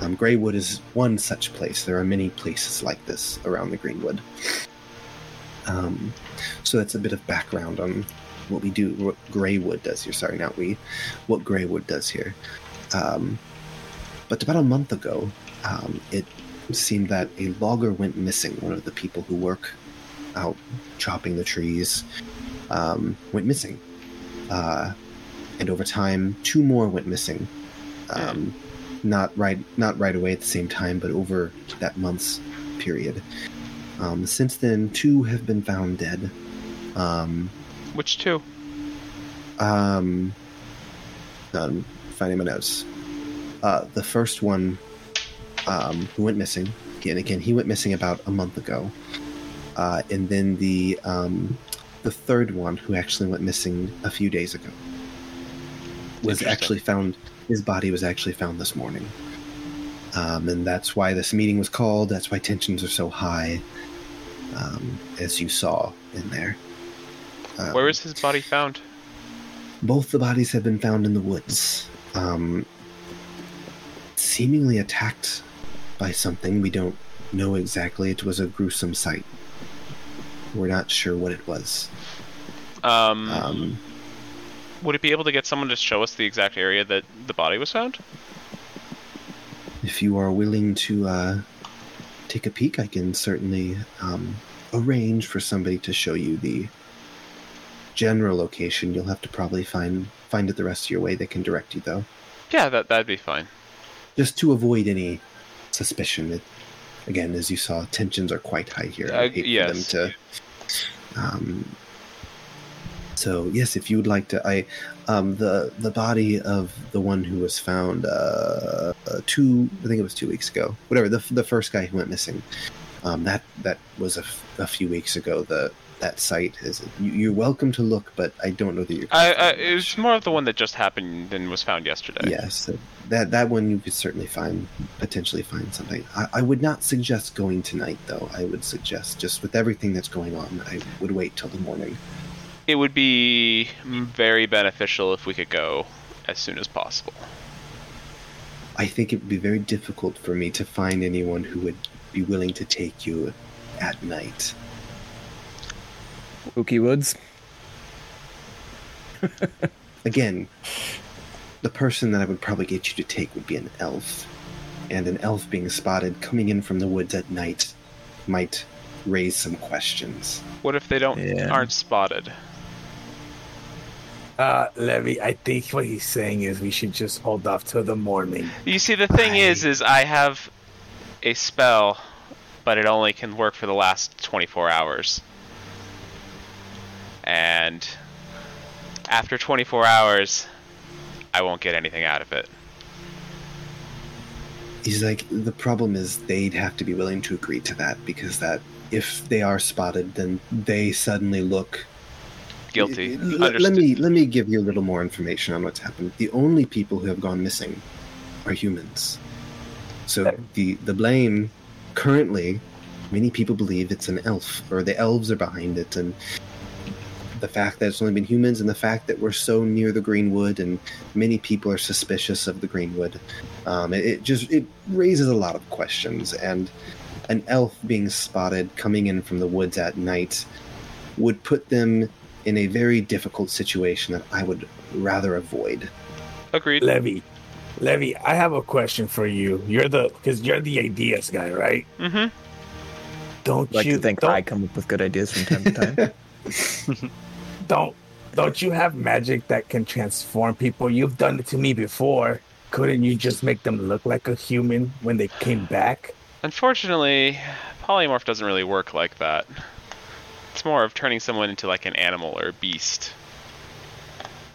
um, Greywood is one such place. There are many places like this around the Greenwood. Um, so that's a bit of background on what we do, what Greywood does here. Sorry, not we, what Greywood does here. Um, but about a month ago, um, it seemed that a logger went missing. One of the people who work out chopping the trees um, went missing. Uh, and over time, two more went missing. Um, not right, not right away at the same time, but over that month's period. Um, since then, two have been found dead. Um, Which two? um, um finding my notes. Uh, the first one um, who went missing, again, again, he went missing about a month ago, uh, and then the um, the third one who actually went missing a few days ago was Interesting. actually found. His body was actually found this morning, um, and that's why this meeting was called. That's why tensions are so high, um, as you saw in there. Um, Where was his body found? both the bodies have been found in the woods, um, seemingly attacked by something. We don't know exactly. It was a gruesome sight. Uh, We're not sure what it was. Um, Um, Would it be able to get someone to show us the exact area that the body was found? If you are willing to uh, take a peek, I can certainly um, arrange for somebody to show you the general location. You'll have to probably find find it the rest of your way. They can direct you though, Yeah, that that'd be fine. just to avoid any suspicion. It, again, as you saw, tensions are quite high here. Uh, I'd hate yes. for them to. Um, so yes, if you would like to, I um, the the body of the one who was found uh, uh, two, I think it was two weeks ago, whatever. The the first guy who went missing, um, that that was a, f- a few weeks ago. The that site is you, you're welcome to look, but I don't know that you're. I, I it was more of the one that just happened and was found yesterday. Yes, that that one you could certainly find potentially find something. I, I would not suggest going tonight, though. I would suggest just with everything that's going on, I would wait till the morning. It would be very beneficial if we could go as soon as possible. I think it would be very difficult for me to find anyone who would be willing to take you at night. Spooky Woods. Again, the person that I would probably get you to take would be an elf, and an elf being spotted coming in from the woods at night might raise some questions. What if they don't Yeah. aren't spotted? Uh, Levy, I think what he's saying is we should just hold off till the morning. You see, the thing is, is I have a spell, but it only can work for the last 24 hours. And after 24 hours, I won't get anything out of it. He's like, the problem is they'd have to be willing to agree to that because that if they are spotted, then they suddenly look Guilty. L- Let, Understood. me let me give you a little more information on what's happened. The only people who have gone missing are humans. So the the blame currently, many people believe it's an elf or the elves are behind it, and the fact that it's only been humans and the fact that we're so near the greenwood and many people are suspicious of the greenwood, um, it, it just it raises a lot of questions and. An elf being spotted coming in from the woods at night would put them in a very difficult situation that I would rather avoid. Agreed. Levy, Levy, I have a question for you. You're the because you're the ideas guy, right? hmm Don't Like you to think don't, I come up with good ideas from time to time. don't don't you have magic that can transform people? You've done it to me before. Couldn't you just make them look like a human when they came back? Unfortunately, polymorph doesn't really work like that. It's more of turning someone into like an animal or a beast.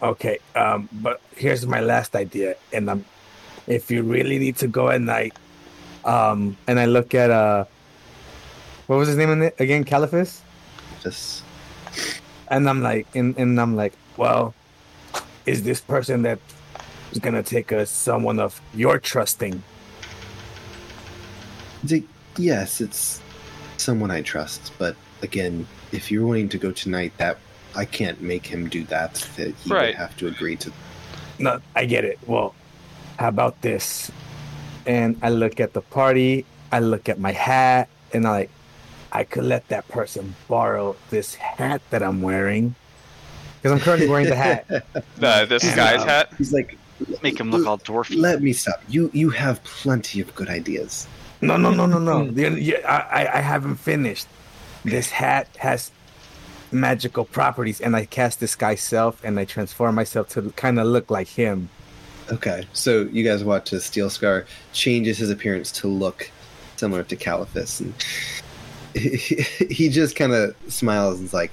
Okay, um, but here's my last idea, and I'm if you really need to go at night, um, and I look at uh, what was his name in it again, Caliphus? Just and I'm like, and, and I'm like, well, is this person that is gonna take us someone of your trusting? it's like, yes, it's someone I trust, but again, if you're wanting to go tonight, that I can't make him do that. That he Right. would have to agree to. No, I get it. Well, how about this? And I look at the party, I look at my hat, and I like, I could let that person borrow this hat that I'm wearing because I'm currently wearing the hat. The, this guy's Um, hat. He's like, Make him look all dwarfy. Let me stop. You you have plenty of good ideas. No, no, no, no, no. You- you- I, I- I haven't finished. This hat has magical properties, and I cast disguise self, and I transform myself to kind of look like him. Okay, so you guys watch as Steel Scar changes his appearance to look similar to Caliphus, and he just kind of smiles and's like,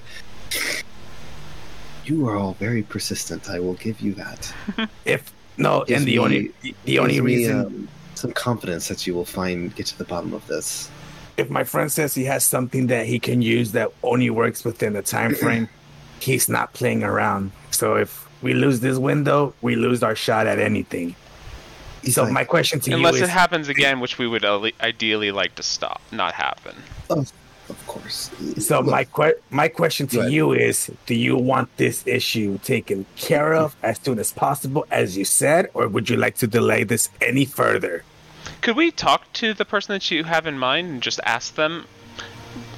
"You are all very persistent. I will give you that. If no, Gives and the me- only the only Gives me, reason um, some confidence that you will find get to the bottom of this. if my friend says he has something that he can use that only works within the time frame, he's not playing around. So if we lose this window, we lose our shot at anything. He's so like, my question to Unless you it is, happens again, which we would ale- ideally like to stop, not happen. Oh. "Of- of course. So Look, my que- my question to Go ahead. you is: Do you want this issue taken care of as soon as possible, as you said, or would you like to delay this any further? Could we talk to the person that you have in mind and just ask them?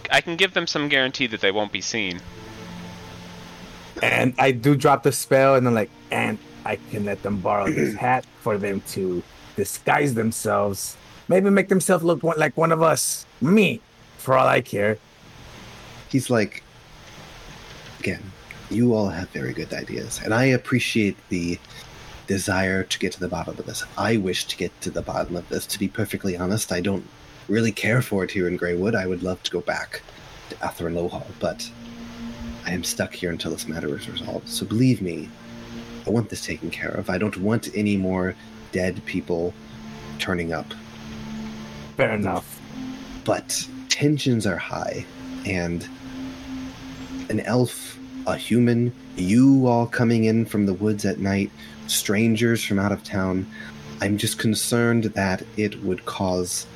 I can give them some guarantee that they won't be seen. and I do drop the spell, and I'm like, and I can let them borrow this hat for them to disguise themselves, maybe make themselves look one- like one of us, me, for all I care. he's like again you all have very good ideas and i appreciate the desire to get to the bottom of this i wish to get to the bottom of this to be perfectly honest i don't really care for it here in greywood i would love to go back to Ather and lohal but i am stuck here until this matter is resolved so believe me i want this taken care of i don't want any more dead people turning up Fair enough. but tensions are high and an elf a human you all coming in from the woods at night strangers from out of town i'm just concerned that it would cause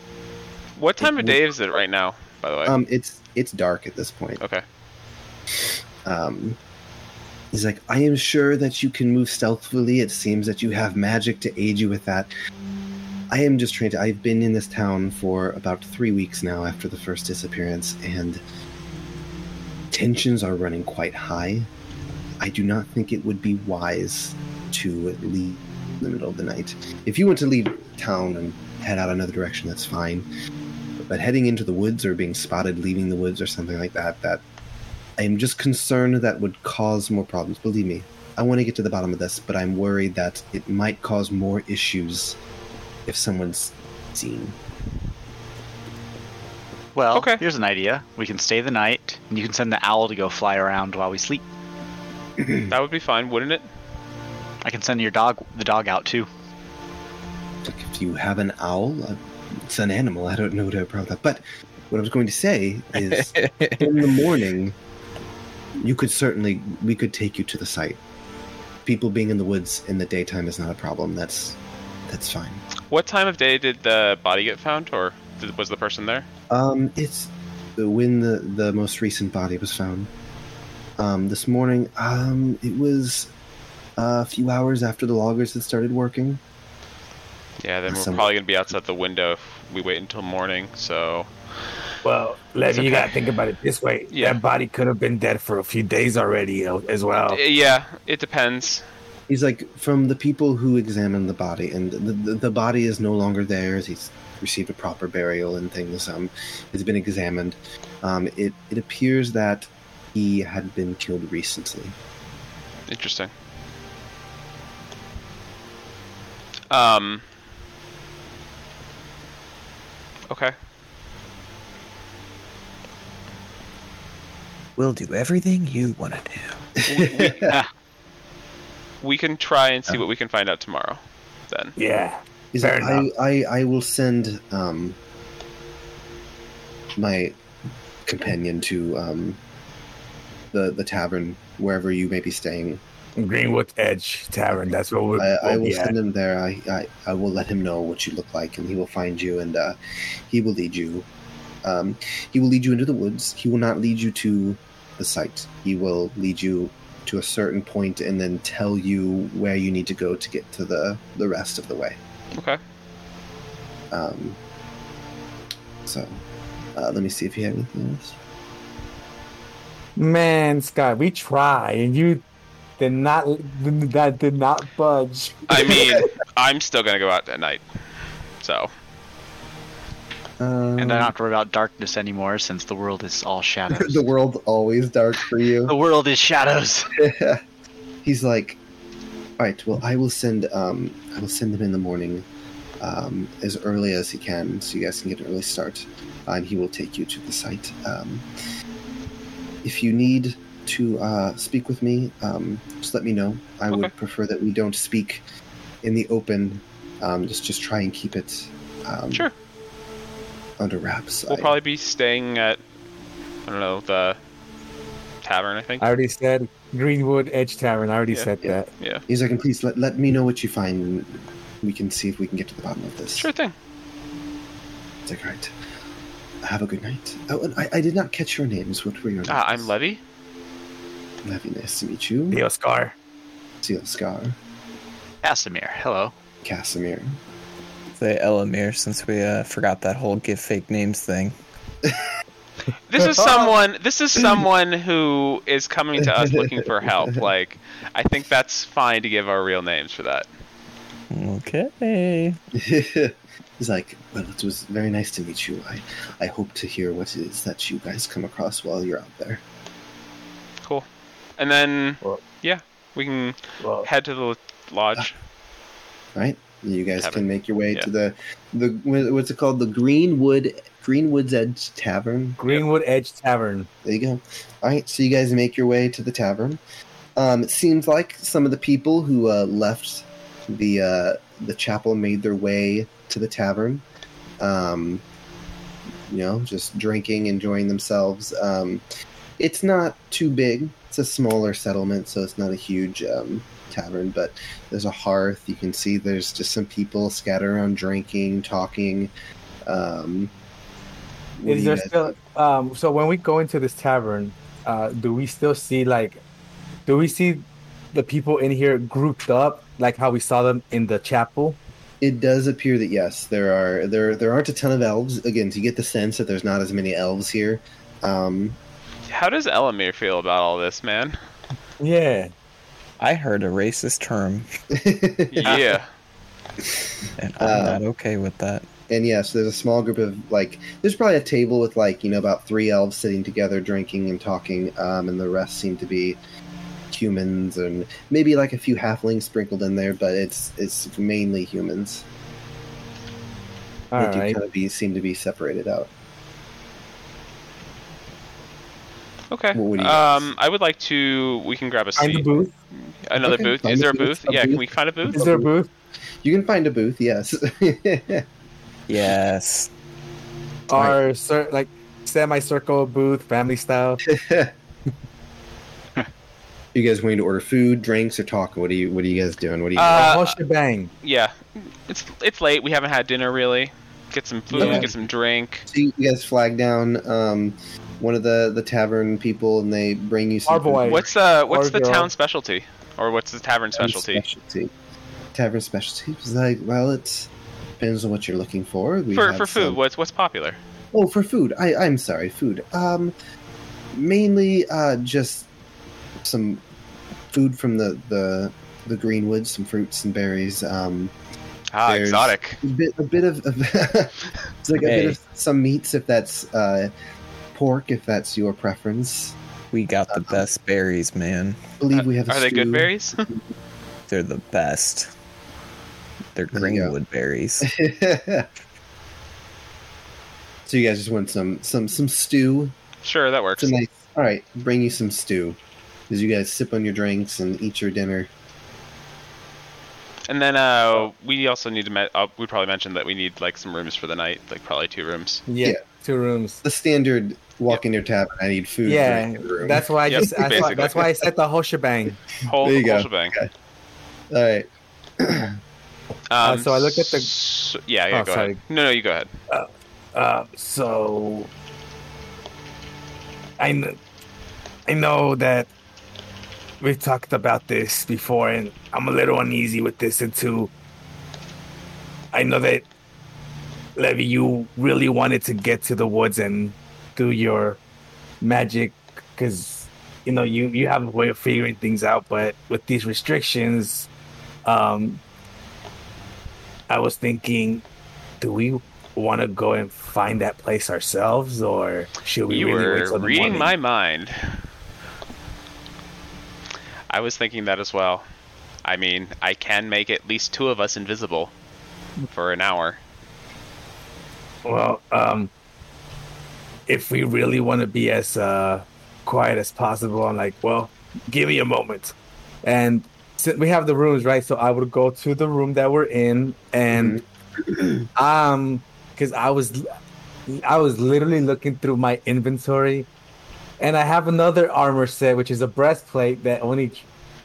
What time of day is it right now? By the way. um it's it's dark at this point okay. um he's like i am sure that you can move stealthily it seems that you have magic to aid you with that i am just trying to i've been in this town for about three weeks now after the first disappearance and tensions are running quite high i do not think it would be wise to leave in the middle of the night if you want to leave town and head out another direction that's fine but heading into the woods or being spotted leaving the woods or something like that that I am just concerned that would cause more problems. Believe me, I want to get to the bottom of this, but I'm worried that it might cause more issues if someone's seen. Well, Okay. here's an idea. We can stay the night, and you can send the owl to go fly around while we sleep. That would be fine, wouldn't it? I can send your dog, the dog out too. Like if you have an owl, uh, it's an animal. I don't know what I brought that. But what I was going to say is, in the morning, you could certainly we could take you to the site. People being in the woods in the daytime is not a problem. That's that's fine. What time of day did the body get found, or did, was the person there? Um, it's when the the most recent body was found. Um, this morning, um, it was a few hours after the loggers had started working. Yeah, then we're Some- probably gonna be outside the window if we wait until morning. So Well, Levy, you gotta think about it this way. Yeah. That body could have been dead for a few days already, uh, as Oh. well. yeah, it depends. He's like from the people who examined the body, and the, the, the body is no longer theirs. He's received a proper burial and things. Um, it's been examined. Um, it it appears that he had been killed recently. Interesting. Um. Okay. We'll do everything you want to do. We can try and see what we can find out tomorrow. Then. Yeah. He's Fair like, I, I, I will send um, my companion to um, the the tavern wherever you may be staying. Greenwood Edge Tavern. That's what we're. I, I will yeah. send him there. I, I I will let him know what you look like, and he will find you, and uh, he will lead you. Um, he will lead you into the woods. He will not lead you to the site. He will lead you to a certain point, and then tell you where you need to go to get to the the rest of the way. Okay. Um, so, uh, let me see if you have anything else. Man, Scott, we try, and you did not. That did not budge. I mean, I'm still gonna go out at night. So Um, And I don't have to worry about darkness anymore since the world is all shadows. the world's always dark for the you. world is shadows. He's like, all right. Well, I will send. Um, I will send him in the morning, um, as early as he can, so you guys can get an early start, and he will take you to the site. Um, if you need to uh, speak with me, um, just let me know. I Okay. would prefer that we don't speak in the open. Um, just, just try and keep it. Um, sure, under wraps. we'll I- probably be staying at I don't know the tavern. I think. I already said Greenwood Edge Tavern. I already Yeah. said Yeah. that. yeah. He's like, "And please let, let me know what you find. And we can see if we can get to the bottom of this. Sure thing. It's like, all right. Have a good night. Oh, and I, I did not catch your names. What were your names? Ah, I'm Levy. Levy, nice to meet you. The Oscar. Seal Scar, Casimir, hello. Casimir. Say Elamir since we uh, forgot that whole give fake names thing. This is someone. This is someone who is coming to us looking for help. Like, I think that's fine to give our real names for that. Okay. He's like, well, it was very nice to meet you. I, I hope to hear what it is that you guys come across while you're out there. Cool. And then, Well- yeah, we can Well, uh, head to the lodge. All right, you guys Tavern. can make your way Yeah. to the the wha- what's it called? The Greenwood Greenwood's Edge Tavern. Greenwood Edge Tavern. There you go. All right, so you guys make your way to the tavern. Um, it seems like some of the people who uh, left the uh, the chapel made their way to the tavern. Um, you know, just drinking, enjoying themselves. Um, it's not too big. It's a smaller settlement, so it's not a huge um, tavern. But there's a hearth. You can see there's just some people scattered around drinking, talking. Um, what do Is you there guys- still um so when we go into this tavern, uh do we still see like do we see the people in here grouped up like how we saw them in the chapel? It does appear that yes, there are there there aren't a ton of elves. Again, you get the sense that there's not as many elves here. Um, How does Elamir feel about all this, man? Yeah. I heard a racist term, Yeah. and I'm Uh, not okay with that. and yes, there's a small group of like there's probably a table with like you know about three elves sitting together drinking and talking, um, and the rest seem to be humans and maybe like a few halflings sprinkled in there, but it's it's mainly humans. All they do right. kind of be, seem to be separated out. Okay. What do you Um, I would like to. We can grab a Find the seat. booth. Another Okay, booth. find Is a there a booth, booth? a yeah. Can booth. we find a booth? Is there a booth? You can find a booth, yes. Yes. Or cer- like semicircle booth, family style. you guys wanting to order food, drinks, or talk? What are you What are you guys doing? What are you? Uh, the whole shebang. Yeah. It's it's late. We haven't had dinner really. Get some food. Okay. Get some drink. So you guys flag down um, one of the, the tavern people, and they bring you some Our boy. food. What's uh what's Or the girl. town specialty? Or what's the tavern Tavern specialty? specialty. Tavern specialty was like, well, it depends on what you're looking for. We For have for some- food, what's what's popular? Oh, for food. I I'm sorry, food. Um, mainly uh, just some food from the the the greenwoods, some fruits and berries. Um, Ah, There's- exotic. a bit, a bit of, of it's like a Hey. bit of some meats if that's uh, pork if that's your preference. We got the best berries, man. I believe we have. A Uh, Are they good stew. berries? They're the best. They're There you go. Greenwood berries. so you guys just want some some some stew. sure, that works. It's a nice. All right, bring you some stew. As you guys sip on your drinks and eat your dinner. And then uh we also need to me- uh, we probably mentioned that we need like some rooms for the night, like probably two rooms. Yeah. Yeah. Two rooms. The standard walk in your tavern. I need food. Yeah, drink, and room. that's why I Yep, just that's why, basically. that's why I said the whole shebang. Whole, There you whole go. shebang. all right. Um, so I look at the- s- yeah, yeah, Oh, go sorry. ahead. No, no, you go ahead. Uh, so I kn- I know that we've talked about this before, and I'm a little uneasy with this. And two, I know that Levy, you really wanted to get to the woods and do your magic, because you know you you have a way of figuring things out. But with these restrictions, um, I was thinking, do we want to go and find that place ourselves, or should we you really wait were till the reading morning? my mind. I was thinking that as well. I mean, I can make at least two of us invisible for an hour. Well, um, if we really want to be as uh, quiet as possible, I'm like, well, give me a moment. And since we have the rooms, right? So I would go to the room that we're in, and um, because I was, I was literally looking through my inventory, and I have another armor set, which is a breastplate that only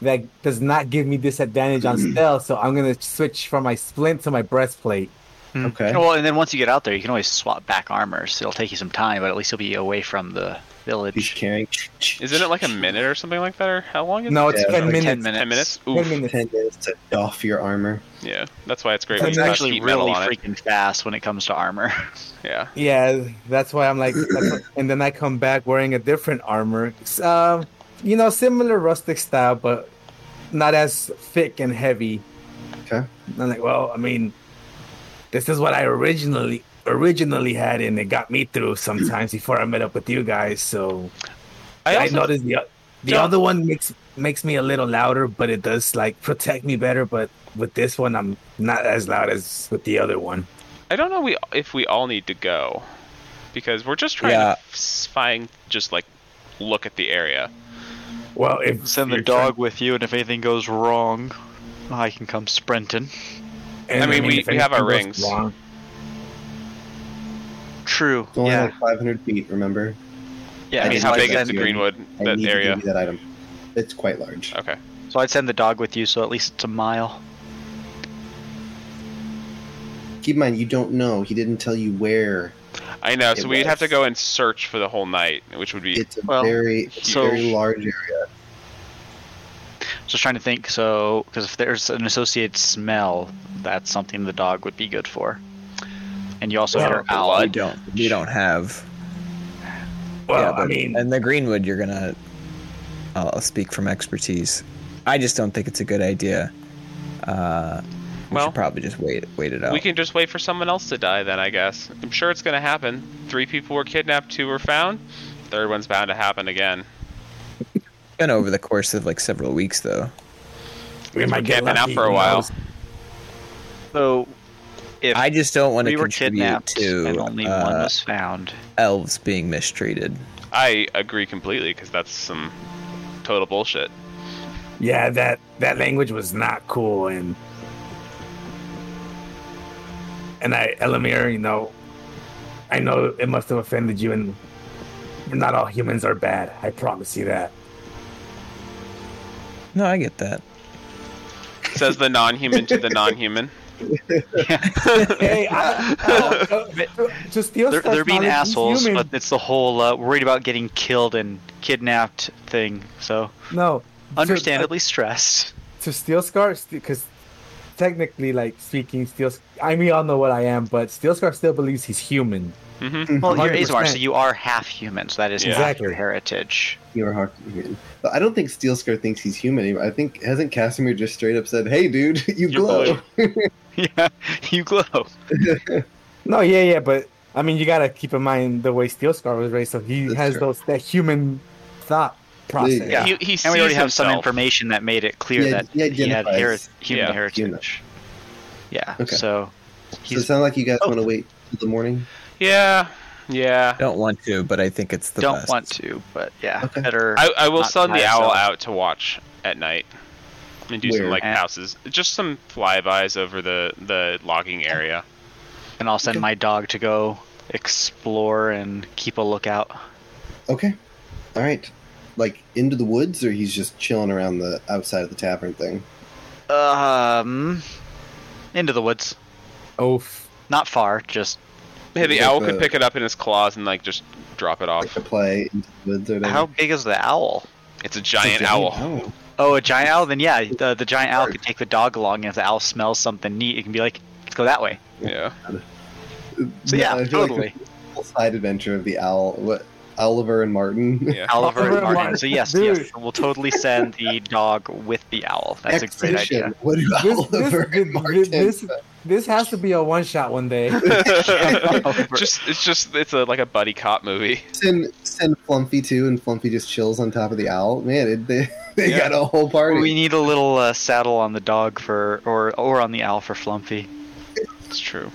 that does not give me disadvantage on stealth. So I'm gonna switch from my splint to my breastplate. Hmm. Okay. Well, and then once you get out there, you can always swap back armors. It'll take you some time, but at least you'll be away from the He's village. carrying. Isn't it like a minute or something like that? Or how long is No, it? it's Yeah, ten, like 10 minutes. minutes. Ten minutes. Oof. Ten minutes. Ten days to doff your armor. Yeah, that's why it's great. when It's you have actually heat metal really on it. freaking fast when it comes to armor. Yeah, Yeah, that's why I'm like, that's what- and then I come back wearing a different armor. It's, Um, you know, similar rustic style, but not as thick and heavy. Okay. And I'm like, well, I mean, this is what I originally originally had, and it got me through sometimes before I met up with you guys. So I I, also noticed the o- the John- other one makes makes me a little louder, but it does like protect me better. But with this one, I'm not as loud as with the other one. I don't know we if we all need to go because we're just trying Yeah. to f- find just like look at the area. Well, if Send the you're trying- dog with you, and if anything goes wrong, I can come sprinting. And, I mean, we- if we have our anything goes rings. wrong- True. It's only yeah. like 500 feet. Remember. yeah. I I mean, mean, how so, big I'd is send, the you. Greenwood I that need to area? give you that item. It's quite large. Okay. so I'd send the dog with you, so at least it's a mile. Oh. Keep in mind, you don't know. He didn't tell you where. I know. So It we'd have to was. go and search for the whole night, which would be It's a Well, very, it's a so- very large area. Just trying to think. So, because if there's an associated smell, that's something the dog would be good for. And you also hear Well, owl. You don't. You don't have. Well, yeah, I but- mean, and the Greenwood, you're gonna. I'll, I'll speak from expertise. I just don't think it's a good idea. Uh, we Well, should probably just wait. Wait it out. We can just wait for someone else to die then, I guess. I'm sure it's gonna happen. Three people were kidnapped, two were found. Third one's bound to happen again. been over the course of like several weeks though. we might get camping out lucky, for a who while. knows? So, if I just don't want to we were contribute kidnapped to and only uh, one was found, elves being mistreated. I agree completely because that's some total bullshit. Yeah, that that language was not cool, and and I, Elamir, you know, I know it must have offended you, and not all humans are bad. I promise you that. No, I get that. Says the non-human to the non-human. hey, I, I- to steal they're, Scott's they're being knowledge, he's assholes, human. but it's the whole uh, worried about getting killed and kidnapped thing. So, no, to- understandably stressed. to Steel Scar because technically, like speaking, Steel. I mean, y'all know what I am, but Steel Scar still believes he's human. hmm Well, you're 100%. Azmar, so you are half human, so that is Yeah. half your Mm-hmm. Exactly. heritage. You're hard human. But I don't think Steelscar thinks he's human. anymore. I think hasn't Casimir just straight up said, "Hey, dude, You're you glow." Yeah, you glow. No, yeah, yeah, but I mean, you gotta keep in mind the way Steel Scar was raised, so he That's has true. those that human thought process. Yeah. Yeah. He, he sees And we already have himself. some information that made it clear Yeah, that he he, had heri- identifies human Yeah. heritage. Yeah, Okay. so Does it he's sound like you guys Oh. want to wait till the morning? Yeah, yeah. Don't want to, but I think it's the don't best. want to, but yeah, Okay. better. I, I will Not send the by owl itself. out to watch at night and do some Weird. like Eh. houses, just some flybys over the the logging area. and I'll send Okay. my dog to go explore and keep a lookout. Okay. All right. Like into the woods, or he's just chilling around the outside of the tavern thing. Um, into the woods, Oh, not far, just Yeah, the Like owl could a- pick it up in his claws and like just drop it Like off. to play into the woods or whatever. how big is the owl? It's a It's a giant owl. owl. Oh, a giant owl? Then yeah, the, the giant owl could take the dog along, and if the owl smells something neat, it can be like, let's go that way. Yeah. So No, yeah, I feel like totally. the whole side adventure of the owl. What Oliver and Martin. Yeah. Oliver Oliver and and Martin. Martin. So yes, Dude. yes, we'll totally send the dog with the owl. That's a great Exhibition. idea. What do this, Oliver this, and Martin? this, this, this has to be a one shot one day. just it's just it's a like a buddy cop movie. send send Flumpy too, and Flumpy just chills on top of the owl. Man, it, they they Yeah. got a whole party. We need a little uh, saddle on the dog for, or or on the owl for Flumpy. It's true.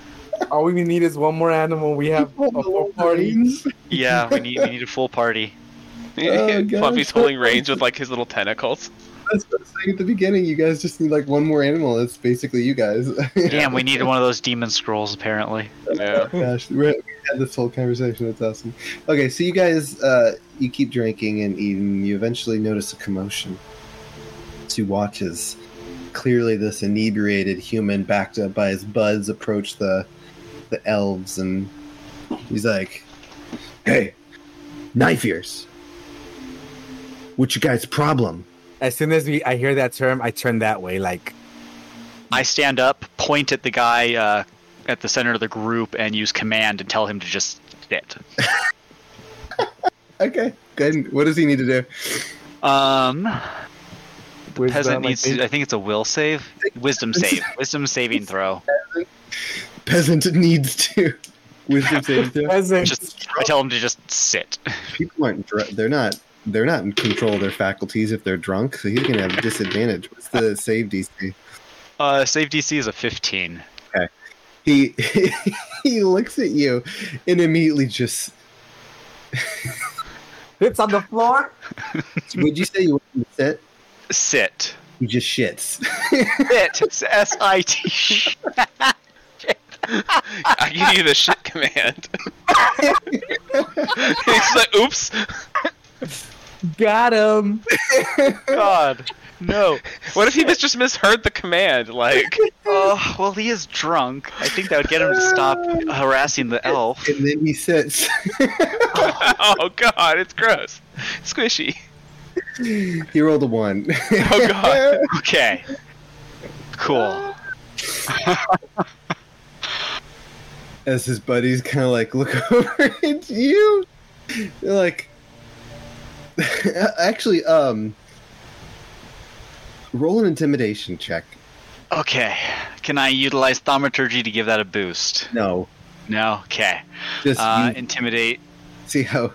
All we need is one more animal. We have a full party. Yeah, we need we need a full party. Oh, gosh. Fluffy's holding reins with like his little tentacles. That's what I was saying at the beginning. You guys just need like one more animal. That's basically you guys. Damn, we need one of those demon scrolls apparently. Yeah. Gosh, we're, we had this whole conversation. That's awesome. Okay, so you guys, uh, you keep drinking and eating. You eventually notice a commotion. Two watches clearly this inebriated human backed up by his buds approached the the elves and he's like hey knife ears what's your guys problem As soon as we, I hear that term, I turn that way. Like, I stand up, point at the guy uh, at the center of the group, and use command and tell him to just sit. okay good what does he need to do Um, where's peasant the- needs. like, To, I think it's a will save, wisdom save, wisdom saving throw. peasant needs to wisdom saving throw peasant. Just I tell him to just sit. people aren't dr- they're not they're not in control of their faculties if they're drunk so he's gonna have a disadvantage what's the save dc Uh, save DC is a 15. he he looks at you and immediately just It's on the floor. would you say you want him to sit Sit. he just shits Sit. It's S I T. I give you the shit command. He's like, oops. Got him. God. No. What if he mis- just misheard the command? Like, Oh, well, he is drunk. I think that would get him to stop harassing the elf. and then he sits oh god, it's gross, squishy. he rolled a one Oh god. Okay. Cool. as his buddies kind of like look over at you they're like actually um roll an intimidation check Okay. Can I utilize thaumaturgy to give that a boost? no No. Okay. just Uh, you intimidate. see how you-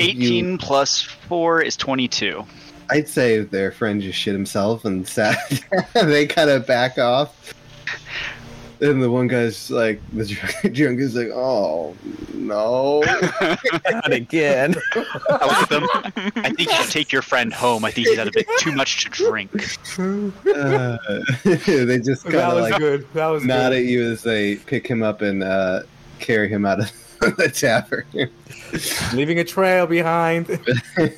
18 plus 4 is 22. I'd say their friend just shit himself and sat. they kind of back off. And the one guy's like, the drunk, drunk is like, oh no. Not again. I look at them. I think you should take your friend home. I think he's had a bit too much to drink. Uh, they just kind that of was like good. That was nod good. at you as they pick him up and uh, carry him out of the tavern. Leaving a trail behind.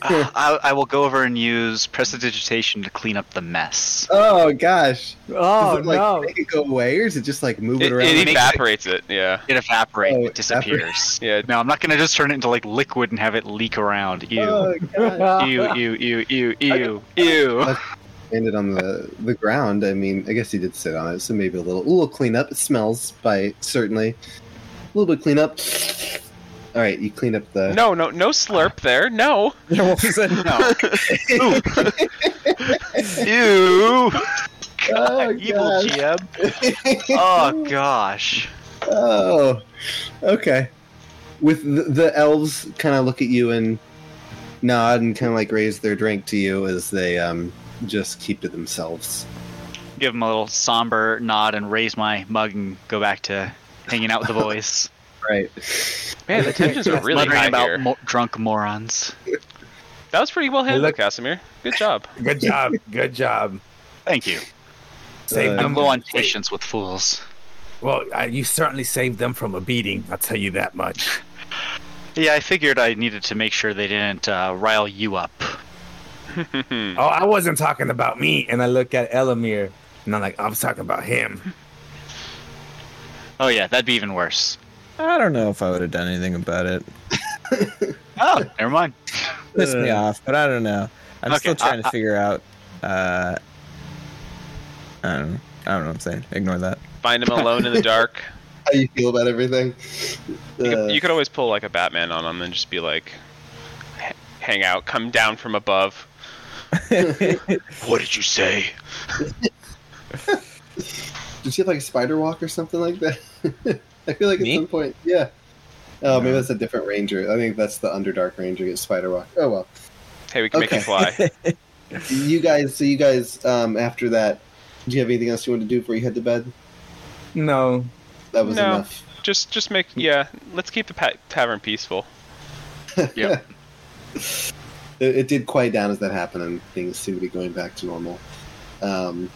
Uh, I, I will go over and use prestidigitation to clean up the mess. Oh gosh. Does Oh it, like, no! Make it go away, or is it just like move it, It, around? it Makes- evaporates it. Yeah. It evaporates. Oh, it disappears. Yeah. No, I'm not going to just turn it into like liquid and have it leak around. Ew. Oh, gosh. Ew, ew, ew, ew, ew, ew. landed on the the ground. I mean, I guess he did sit on it, so maybe a little a little cleanup. It smells by certainly a little bit cleanup. All right, you clean up the. No, no, no slurp there. No. There wasn't. No. Ew. Oh, Evil gosh. GM. Oh gosh. Oh, okay. With the, the elves, kind of look at you and nod, and kind of like raise their drink to you as they um just keep to themselves. Give him a little somber nod and raise my mug and go back to hanging out with the boys, Right. Man, the tensions are really muttering high about here. mo- drunk morons. That was pretty well handled, Look- Casimir. Good job. Good job. Good job. Thank you. Save Uh, I'm them. low on patience with fools. Well, uh, you certainly saved them from a beating. I'll tell you that much. Yeah, I figured I needed to make sure they didn't uh, rile you up. Oh, I wasn't talking about me. And I look at Elamir, and I'm like, I'm talking about him. Oh yeah, that'd be even worse. I don't know if I would have done anything about it. Oh, never mind. Pissed me Uh. off, but I don't know. I'm Okay, still trying I- to figure out. Uh, I don't. Know. I don't know what I'm saying. Ignore that. Find him alone in the dark. How you feel about everything? You Uh, could, you could always pull like a Batman on him and just be like, "H- hang out, come down from above. what did you say? Did you have like a spider walk or something like that? I feel like Me? at some point, yeah. Oh, maybe that's a different ranger. I think that's the Underdark Ranger gets spider walk. Oh well. Hey, we can make you Okay. fly. You guys, so you guys, um, after that, do you have anything else you want to do before you head to bed? No. That was No. enough. Just, just make. Yeah, let's keep the pa- tavern peaceful. Yep. It, it did quiet down as that happened, and things seem to be going back to normal. Um,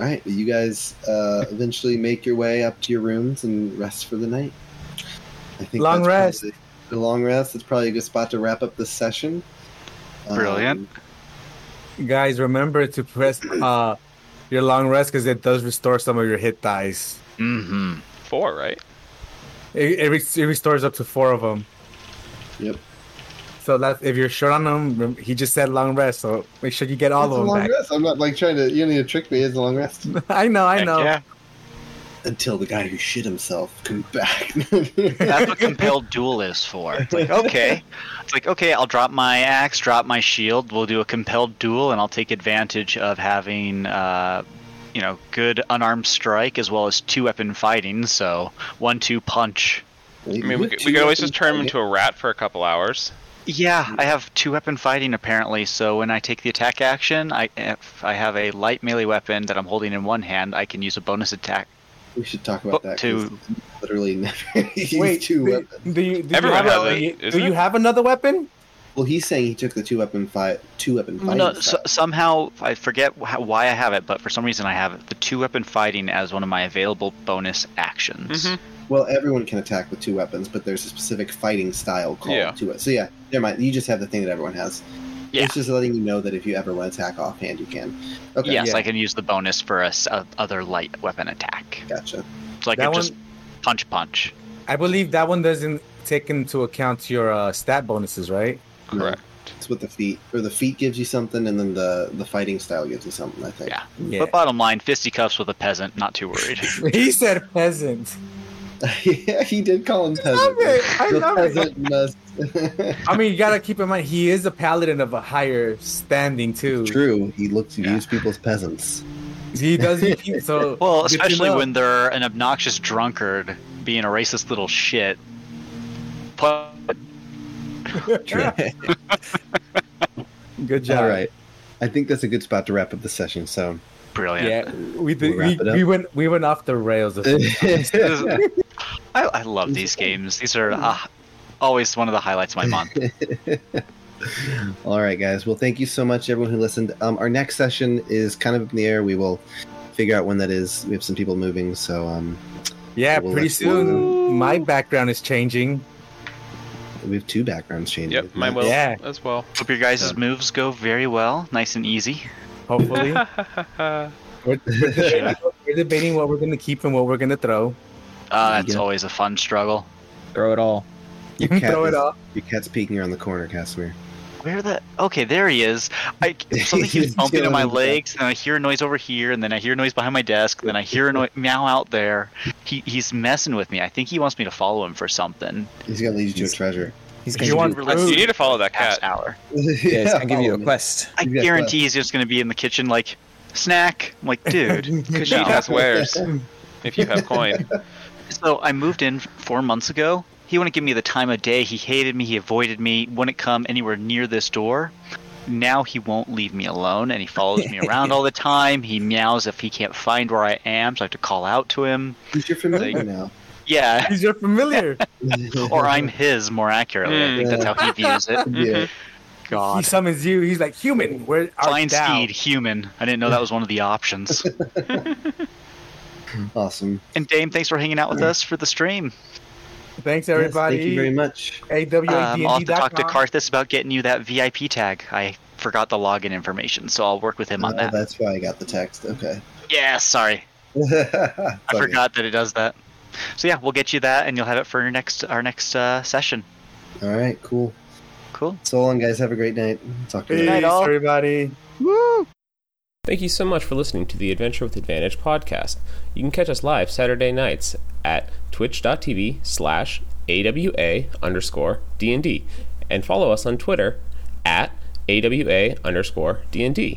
all right, you guys uh, eventually make your way up to your rooms and rest for the night. I think Long that's rest. probably- A long rest. It's probably a good spot to wrap up this session. Um, Brilliant. Guys, remember to press uh, your long rest because it does restore some of your hit dice. Mm-hmm. Four, right? It, it, re- it restores up to four of them. Yep. So that if you're short on them, rem- he just said long rest. So make sure you get all it's a of them long back. rest. I'm not like trying to. You don't need to trick me. It's a long rest I know, I Heck know. Yeah. until the guy who shit himself comes back. That's what compelled duel is for. It's like okay, it's like okay, I'll drop my axe, drop my shield. We'll do a compelled duel, and I'll take advantage of having, uh, you know, good unarmed strike as well as two weapon fighting. So one two punch. I mean, we could, we could always just turn him into a rat for a couple hours. Yeah, I have two weapon fighting apparently. So when I take the attack action, I if I have a light melee weapon that I'm holding in one hand, I can use a bonus attack. We should talk about that. 'cause Two. Literally never. he's Wait, two do, weapons. do you do Everyone you has have, a- it, you- do isn't you it? have another weapon? Well, he's saying he took the two weapon fight, two weapon fight. No, so, somehow I forget wh- how, why I have it, but for some reason I have the two weapon fighting as one of my available bonus actions. Mhm. well, everyone can attack with two weapons, but there's a specific fighting style called Yeah. to it. So yeah, never mind. You just have the thing that everyone has. Yeah. It's just letting you know that if you ever want to attack offhand, you can. Okay. Yes, Yeah. I can use the bonus for a, s- a- other light weapon attack. Gotcha. So I That can one- just punch, punch. I believe that one doesn't take into account your uh, stat bonuses, right? No, Correct. it's with the feet, or the feet gives you something, and then the the fighting style gives you something. I think. Yeah. Yeah. But bottom line, fisticuffs with a peasant. Not too worried. he said peasant. yeah, he did call him peasant. love it. I The love it. peasant must. I mean, you gotta keep in mind he is a paladin of a higher standing too. True, he looks he Yeah. views people as peasants. He does. He, so well, good to especially know. when they're an obnoxious drunkard being a racist little shit. Pu- True. Good job. All right, I think that's a good spot to wrap up the session. So, Brilliant. Yeah, we did, We'll wrap it we, up. we went we went off the rails. Of I, I love these games. These are uh, always one of the highlights of my month. all right, guys. Well, thank you so much, everyone who listened. Um, our next session is kind of in the air. We will figure out when that is. We have some people moving, so um, yeah, Well, pretty let's do soon my background is changing. we have two backgrounds changing. Yep, mine will Yeah. as well. Hope your guys' moves go very well, nice and easy. Hopefully, we're, we're Yeah. debating, we're debating what we're gonna keep and what we're gonna throw. Uh, it's Yeah. always a fun struggle. Throw it all. You cat throw it is- off. Your cat's peeking around the corner, Casimir. Where the okay, there he is. I something He's keeps bumping on my doing that. legs, and I hear a noise over here, and then I hear a noise behind my desk, and then I hear a noise meow out there. He he's messing with me. I think he wants me to follow him for something. He's gonna lead you to He's- a treasure. He's You give want you, Let's food? You need to follow that Past cat. hour. yeah, he's Yeah, gonna give you follow a me. quest. I You got guarantee he's just gonna be in the kitchen like snack. I'm like, dude. Because she has wares. If you have coin, So I moved in four months ago. He wouldn't give me the time of day. He hated me. He avoided me. Wouldn't come anywhere near this door. Now he won't leave me alone, and he follows me around all the time. He meows if he can't find where I am, so I have to call out to him. He's your familiar now. Yeah, He's your familiar. Mm-hmm. or I'm his, more accurately. I think that's how he views it. Yeah. he God, summons you. He's like human. Where art blind thou?" steed, human. I didn't know that was one of the options. Awesome. And Dame, thanks for hanging out with us for the stream. Thanks Yes, everybody. thank you very much. Um, I'll have to talk to AWADND.com. Karthus about getting you that VIP tag. I forgot the login information, so I'll work with him on Oh, that. That's why I got the text. Okay. Yeah, sorry. I Sorry. forgot that it does that. So yeah, we'll get you that, and you'll have it for your next our next uh, session. All right. Cool. Cool. So long, guys. Have a great night. Talk to you. Peace, later. night, all. everybody. Thank you so much for listening to the Adventure with Advantage podcast. You can catch us live Saturday nights at twitch.tv slash AWA underscore DND and follow us on Twitter at AWA underscore DND.